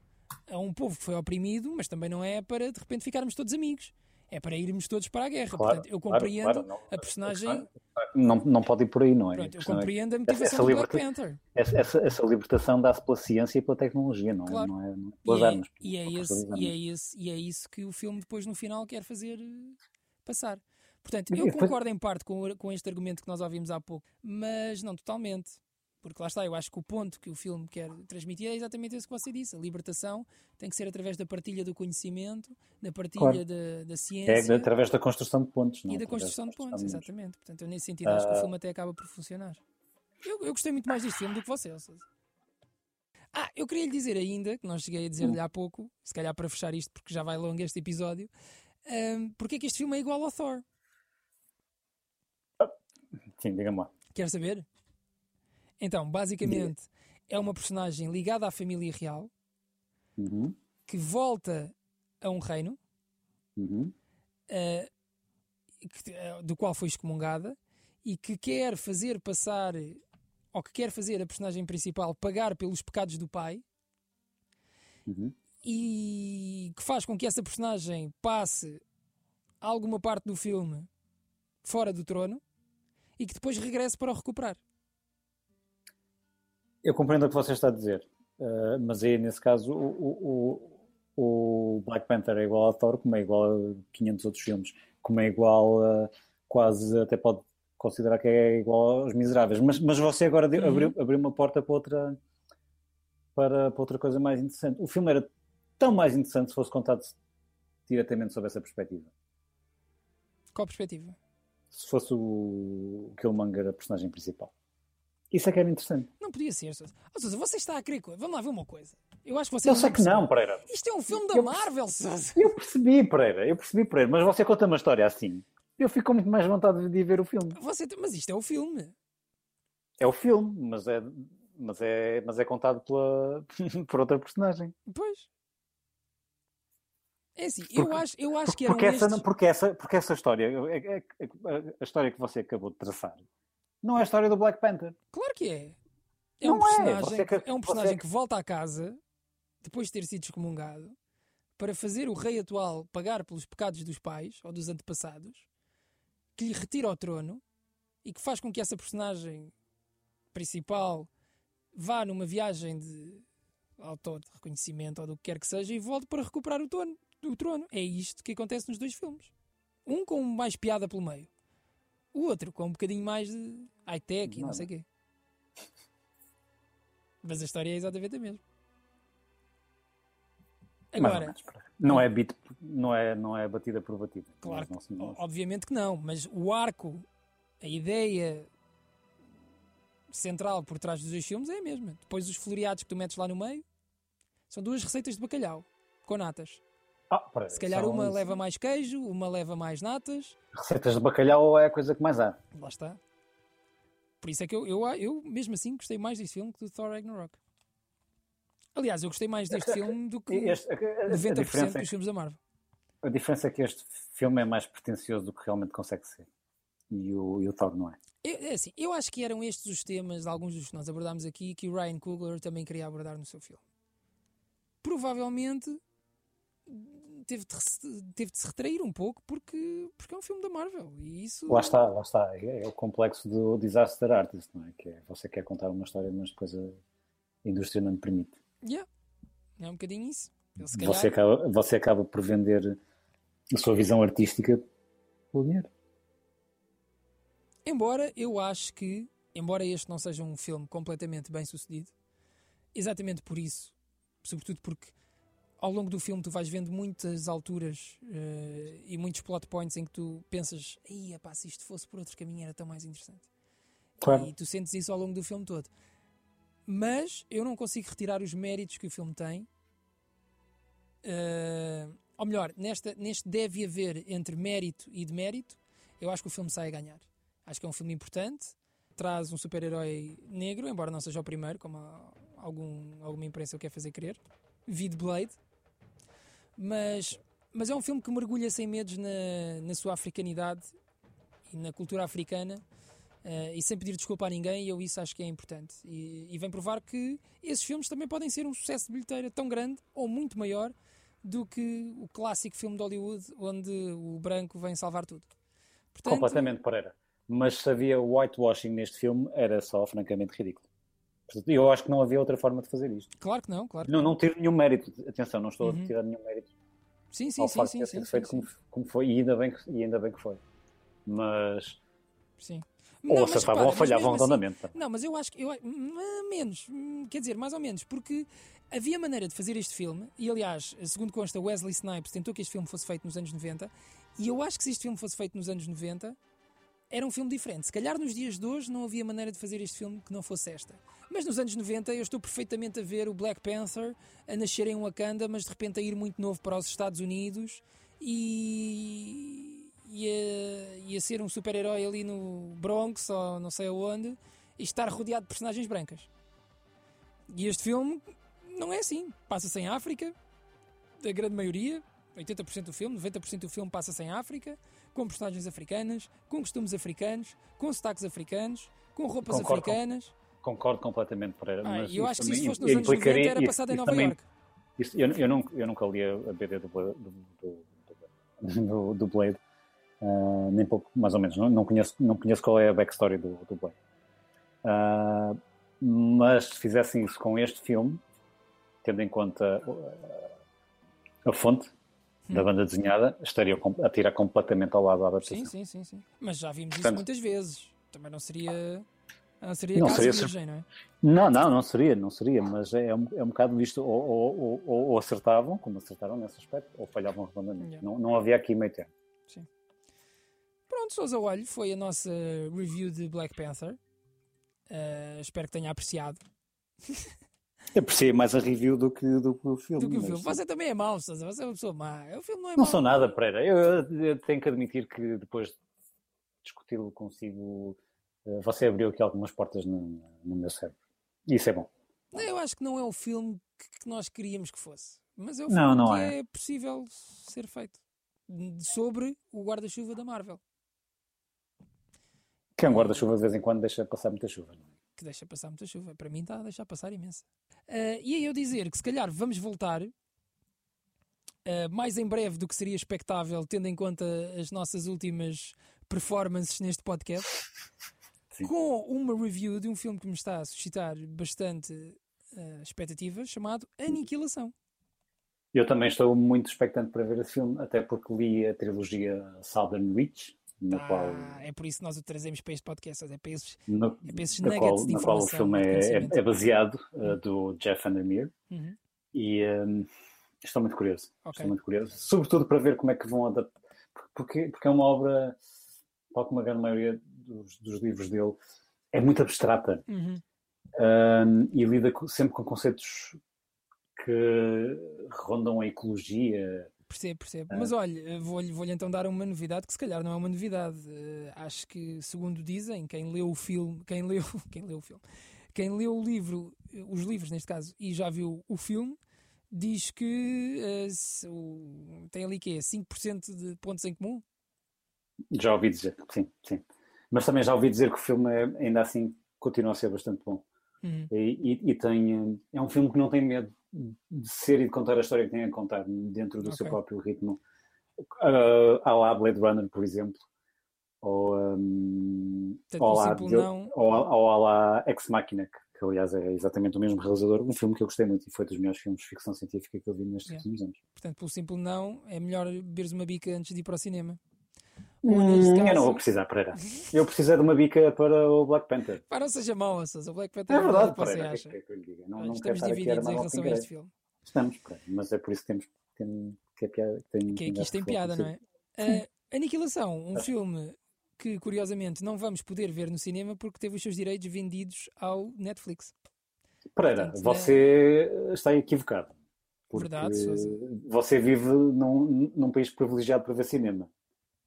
a um povo que foi oprimido, mas também não é para de repente ficarmos todos amigos. É para irmos todos para a guerra. Claro, Portanto, eu claro, compreendo claro, não. a personagem. Não, não pode ir por aí, não é? A Pronto, eu questão é que compreendo a essa motivação do Black liberta- Panther. Essa, essa- essa libertação dá-se pela ciência e pela tecnologia, não, é- Claro. não é? Não é E pelas é- armas. E é, por causa esse- das e, é armas. esse- e é isso que o filme depois no final quer fazer eh, passar. Portanto, E eu depois- concordo em parte com, o- com este argumento que nós ouvimos há pouco, mas não totalmente. Porque lá está, eu acho que o ponto que o filme quer transmitir é exatamente esse que você disse. A libertação tem que ser através da partilha do conhecimento, da partilha Claro. da, da É ciência através da construção de pontos, não é? e da Através construção de pontos, construção exatamente. Portanto, eu nesse sentido acho Ah. que o filme até acaba por funcionar. Eu, eu gostei muito mais deste filme do que você, ou seja. Ah, eu queria lhe dizer ainda, que não cheguei a dizer-lhe Hum. há pouco, se calhar para fechar isto, porque já vai longo este episódio, ahm, porque é que este filme é igual ao Thor? Sim, diga-me lá. Quer saber? Então, basicamente, é uma personagem ligada à família real Uhum, que volta a um reino uhum. eh, que- eh, do qual foi excomungada e que quer fazer passar ou que quer fazer a personagem principal pagar pelos pecados do pai Uhum. e que faz com que essa personagem passe alguma parte do filme fora do trono e que depois regresse para o recuperar. Eu compreendo o que você está a dizer, eh, mas aí nesse caso o, o- o- o Black Panther é igual a Thor, como é igual a 500 outros filmes, como é igual a quase até pode considerar que é igual aos Miseráveis. Mas, mas você agora deu- Uhum. abriu, abriu uma porta para outra, para, para outra coisa mais interessante. O filme era tão mais interessante se fosse contado diretamente sob essa perspectiva. Qual a perspectiva? Se fosse o Killmonger a personagem principal. Isso é que era interessante. Não podia ser. Sousa. Oh, Sousa, você está a querer. co- Vamos lá ver uma coisa. Eu acho que você Eu sei que não, percebe. Pereira. Isto é um filme da Eu- Marvel, Sousa. Eu percebi, Pereira, eu percebi, Pereira, mas você conta uma história assim. Eu fico com muito mais vontade de ir ver o filme. Você... tem- Mas isto é o filme. É o filme, mas é, mas é, mas é contado pela, por outra personagem. Pois. É assim, eu acho, eu acho que um eram Porque é essa, estes... porque, essa, porque essa história, é- é- é- a história que você acabou de traçar, não é a história do Black Panther. Claro que é. É Não um é, personagem, você é que, que- é um você personagem é que- que volta à casa depois de ter sido excomungado para fazer o rei atual pagar pelos pecados dos pais ou dos antepassados, que lhe retira o trono e que faz com que essa personagem principal vá numa viagem de autor de reconhecimento ou do que quer que seja e volte para recuperar o trono. O trono. É isto que acontece nos dois filmes. Um com mais piada pelo meio, o outro com um bocadinho mais de high-tech e não Nada. sei o quê. Mas a história é exatamente a mesma. Mais ou Agora, menos, pá. não é, beat, não, é, não é batida por batida. Claro, Mas não se- não- o- obviamente que não, mas o arco, a ideia central por trás dos dois filmes é a mesma. Depois os floreados que tu metes lá no meio são duas receitas de bacalhau com natas. Ah, pera, Se calhar são uma leva mais queijo, uma leva mais natas, Receitas de bacalhau é a coisa que mais há. lá está. Por isso é que eu, eu, eu mesmo assim gostei mais deste filme que do Thor Ragnarok. Aliás, eu gostei mais deste filme do que E este- a- a- a 90% diferença é dos filmes da Marvel. A diferença é que este filme é mais pretencioso do que realmente consegue ser. E o, e o Thor não é. Eu, é assim, eu acho que eram estes os temas, alguns dos que nós abordámos aqui, que o Ryan Coogler também queria abordar no seu filme. Provavelmente teve de, rece- teve de se retrair um pouco porque, porque é um filme da Marvel e isso Lá está, lá está. É, é o complexo do disaster artist, não é? Que é, você quer contar uma história, mas depois a indústria não lhe permite. Yeah. é um bocadinho isso. Ele se calhar, Você acaba, você acaba por vender a sua visão artística pelo dinheiro. Embora eu acho que, embora este não seja um filme completamente bem sucedido, exatamente por isso, sobretudo porque ao longo do filme tu vais vendo muitas alturas eh, e muitos plot points em que tu pensas, ia pá, se isto fosse por outro caminho era tão mais interessante. E Claro. tu sentes isso ao longo do filme todo. Mas eu não consigo retirar os méritos que o filme tem. Eh, ou melhor, nesta, neste deve haver entre mérito e demérito, eu acho que o filme sai a ganhar. Acho que é um filme importante. Traz um super-herói negro, embora não seja o primeiro, como há algum, alguma imprensa o quer fazer crer. Vi de Blade. Mas, mas é um filme que mergulha sem medos na, na sua africanidade e na cultura africana eh, e sem pedir desculpa a ninguém, e eu isso acho que é importante. E, e vem provar que esses filmes também podem ser um sucesso de bilheteira tão grande ou muito maior do que o clássico filme de Hollywood onde o branco vem salvar tudo. Portanto, Completamente, Pereira. Mas se havia whitewashing neste filme, era só francamente ridículo. Portanto, Eu acho que não havia outra forma de fazer isto. Claro que não, claro. que Não, não tiro nenhum mérito. Atenção, não estou Uhum. a tirar nenhum mérito Sim, sim, ao sim, facto de sim, ter sim, sido sim, feito sim, como, como foi, e ainda, bem que, e ainda bem que foi. Mas sim. ou Não, mas acertavam repara, ou mas falhavam mesmo assim- redondamente. tá? pá. Não, mas eu acho que. Eu, hum, menos. hum, Quer dizer, mais ou menos. Porque havia maneira de fazer este filme. E aliás, segundo consta, Wesley Snipes tentou que este filme fosse feito nos anos 90. E eu acho que se este filme fosse feito nos anos 90, era um filme diferente. Se calhar nos dias de hoje não havia maneira de fazer este filme que não fosse esta. Mas nos anos 90 eu estou perfeitamente a ver o Black Panther a nascer em Wakanda, mas de repente a ir muito novo para os Estados Unidos e, e, a, e a ser um super-herói ali no Bronx ou não sei aonde e estar rodeado de personagens brancas. E este filme não é assim. Passa-se em África, a grande maioria, 80% do filme, 90% do filme passa-se em África, com personagens africanas, com costumes africanos, com sotaques africanos, com roupas Concordo com- africanas. Concordo completamente, Pereira. Ah, mas e eu acho que se também é isso fosse nos anos 90 implicaria- era isso- passado em isso Nova também- Iorque. isso- eu, eu nunca, eu nunca li a, a BD do, Bla- do, do, do- do Blade, ah, nem pouco, mais ou menos. Não, não conheço, não conheço qual é a backstory do, do Blade. Ah, mas se fizessem isso com este filme, tendo em conta ah, a fonte da banda desenhada, estariam com- a tirar completamente ao lado da adaptação. Hum. Sim, sim, sim, sim. Mas já vimos isso Portanto- muitas vezes. Também não seria. Não seria Não, caso seria virgem, não é? Não, não, não seria, não seria, mas é um, é um bocado visto, ou, ou- ou- ou- ou acertavam, como acertaram nesse aspecto, ou falhavam redondamente. Yeah. Não, não havia aqui meio termo. Pronto, Sousa Olho, foi a nossa review de Black Panther. Ah, espero que tenha apreciado. Apreciei É mais a review do que, do que o filme. Do que o mas- filme. Você também é mau, Sousa. Você é uma pessoa má. O filme não é Não mau. sou nada, Pereira. Eu, eu tenho que admitir que depois de discuti-lo consigo, eh, você abriu aqui algumas portas no, no meu cérebro. Isso é bom. Eu acho que não é o filme que, que nós queríamos que fosse. Mas é o filme Não, não que é. é possível ser feito sobre o guarda-chuva da Marvel. Que é um guarda-chuva de vez em quando deixa passar muita chuva. não é? que deixa passar muita chuva. Para mim está a deixar passar imensa. Ah, e aí eu dizer que se calhar vamos voltar ah, mais em breve do que seria expectável, tendo em conta as nossas últimas performances neste podcast, Sim. com uma review de um filme que me está a suscitar bastante ah, expectativas, chamado Aniquilação. Eu também estou muito expectante para ver esse filme, até porque li a trilogia Southern Reach, na qual, Ah, é por isso que nós o trazemos para este podcast, é para esses. na, é para esses na nuggets qual, de na qual o informação, filme de é- é, conhecimento. é baseado, eh, do Jeff Vandermeer. Uhum. E hum, estou muito curioso. Ok. Estou muito curioso. Sobretudo para ver como é que vão adaptar. Porque, porque é uma obra, tal como a grande maioria dos, dos livros dele, é muito abstrata Uhum. hum, e lida co- sempre com conceitos que rondam a ecologia. Percebo, É. percebo. Mas olha, vou-lhe vou-lhe então dar uma novidade que se calhar não é uma novidade. Eh, acho que, segundo dizem, quem leu o filme, quem leu, quem leu o filme, quem leu o livro, eh, os livros neste caso, e já viu o filme, diz que eh, se o- tem ali que é 5% de pontos em comum. Já ouvi dizer, sim, sim. Mas também já ouvi dizer que o filme é- ainda assim continua a ser bastante bom. Uhum. E, e- e tem, hum, é um filme que não tem medo de ser e de contar a história que tem a contar dentro do seu Ok. próprio ritmo. Ah, à lá Blade Runner, por exemplo, ou, hum, Tanto ou, o lá, simples de- não. ou, à- ou à lá Ex Machina, que, que aliás é exatamente o mesmo realizador, um filme que eu gostei muito e foi dos melhores filmes de ficção científica que eu vi nestes Yeah. últimos anos. Portanto, pelo simples não, é melhor beberes uma bica antes de ir para o cinema. Ou neste Hum, eu caso- não vou precisar, Pereira. Eu preciso é de uma bica para o Black Panther. Pá, não seja mau, Sousa. O Black Panther É verdade, o que você Pereira. o que acha. é que eu lhe diga? Não, Olha, não quero Estamos estar aqui a divididos armar um em logo relação a inveja. este filme. Estamos, peraí, mas é por isso que temos tem- que, é piada, tem, que é que isto tem gato de fogo, piada, não é? Ah, Aniquilação, um filme que curiosamente não vamos poder ver no cinema porque teve os seus direitos vendidos ao Netflix. sim. Pereira, Portanto, você está equivocado. Porque Verdade, Sousa. Você vive num, num país privilegiado para ver cinema.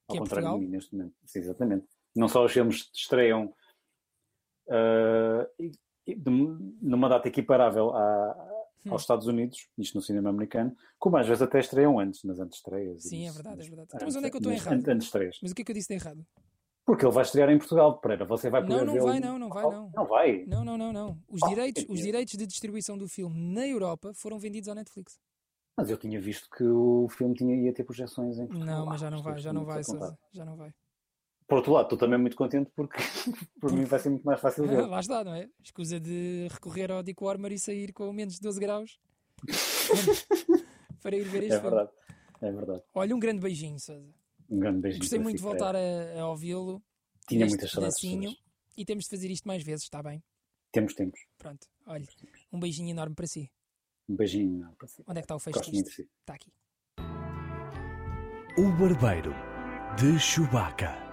Ao Que é contrário Portugal? de mim, neste momento. Sim, exatamente. Não só os filmes estreiam ah, e- e de- um, numa data equiparável à- Hum. aos Estados Unidos, isto no cinema americano, como às vezes até estreiam antes, nas antestreias. e Sim, é nos- verdade, é nas- verdade. Então, mas onde é que eu estou nas errado? Antestreias. Mas o que é que eu disse de errado? Porque ele vai estrear em Portugal, Pereira. Você vai Não, poder não vê-lo- vai, não, não vai, não. Não vai. Não, não, não, não. Os um- Ah, direitos, os entendi. direitos de distribuição do filme na Europa foram vendidos ao Netflix. Mas eu tinha visto que o filme tinha, ia ter projeções em Portugal. Não, mas já Ah, não estou vai, já não muito vai, desapontado. Sousa, já não vai. Por outro lado, estou também muito contente porque por mim vai ser muito mais fácil ver. Lá está, não é? Escusa de recorrer ao Dick Warmer e sair com menos de 12 graus para ir ver este É filme. verdade. É verdade. Olha, um grande beijinho, Sousa. Um grande beijo. Gostei muito de voltar a, a ouvi-lo. Tinha Este muitas saudades. pedacinho. suas. E temos de fazer isto mais vezes, está bem? Temos tempos. Pronto, olha, um beijinho enorme para si. Um beijinho para si. Onde é que está o fecho Gosto muito de disto? si. Está aqui. O Barbeiro de Chewbacca.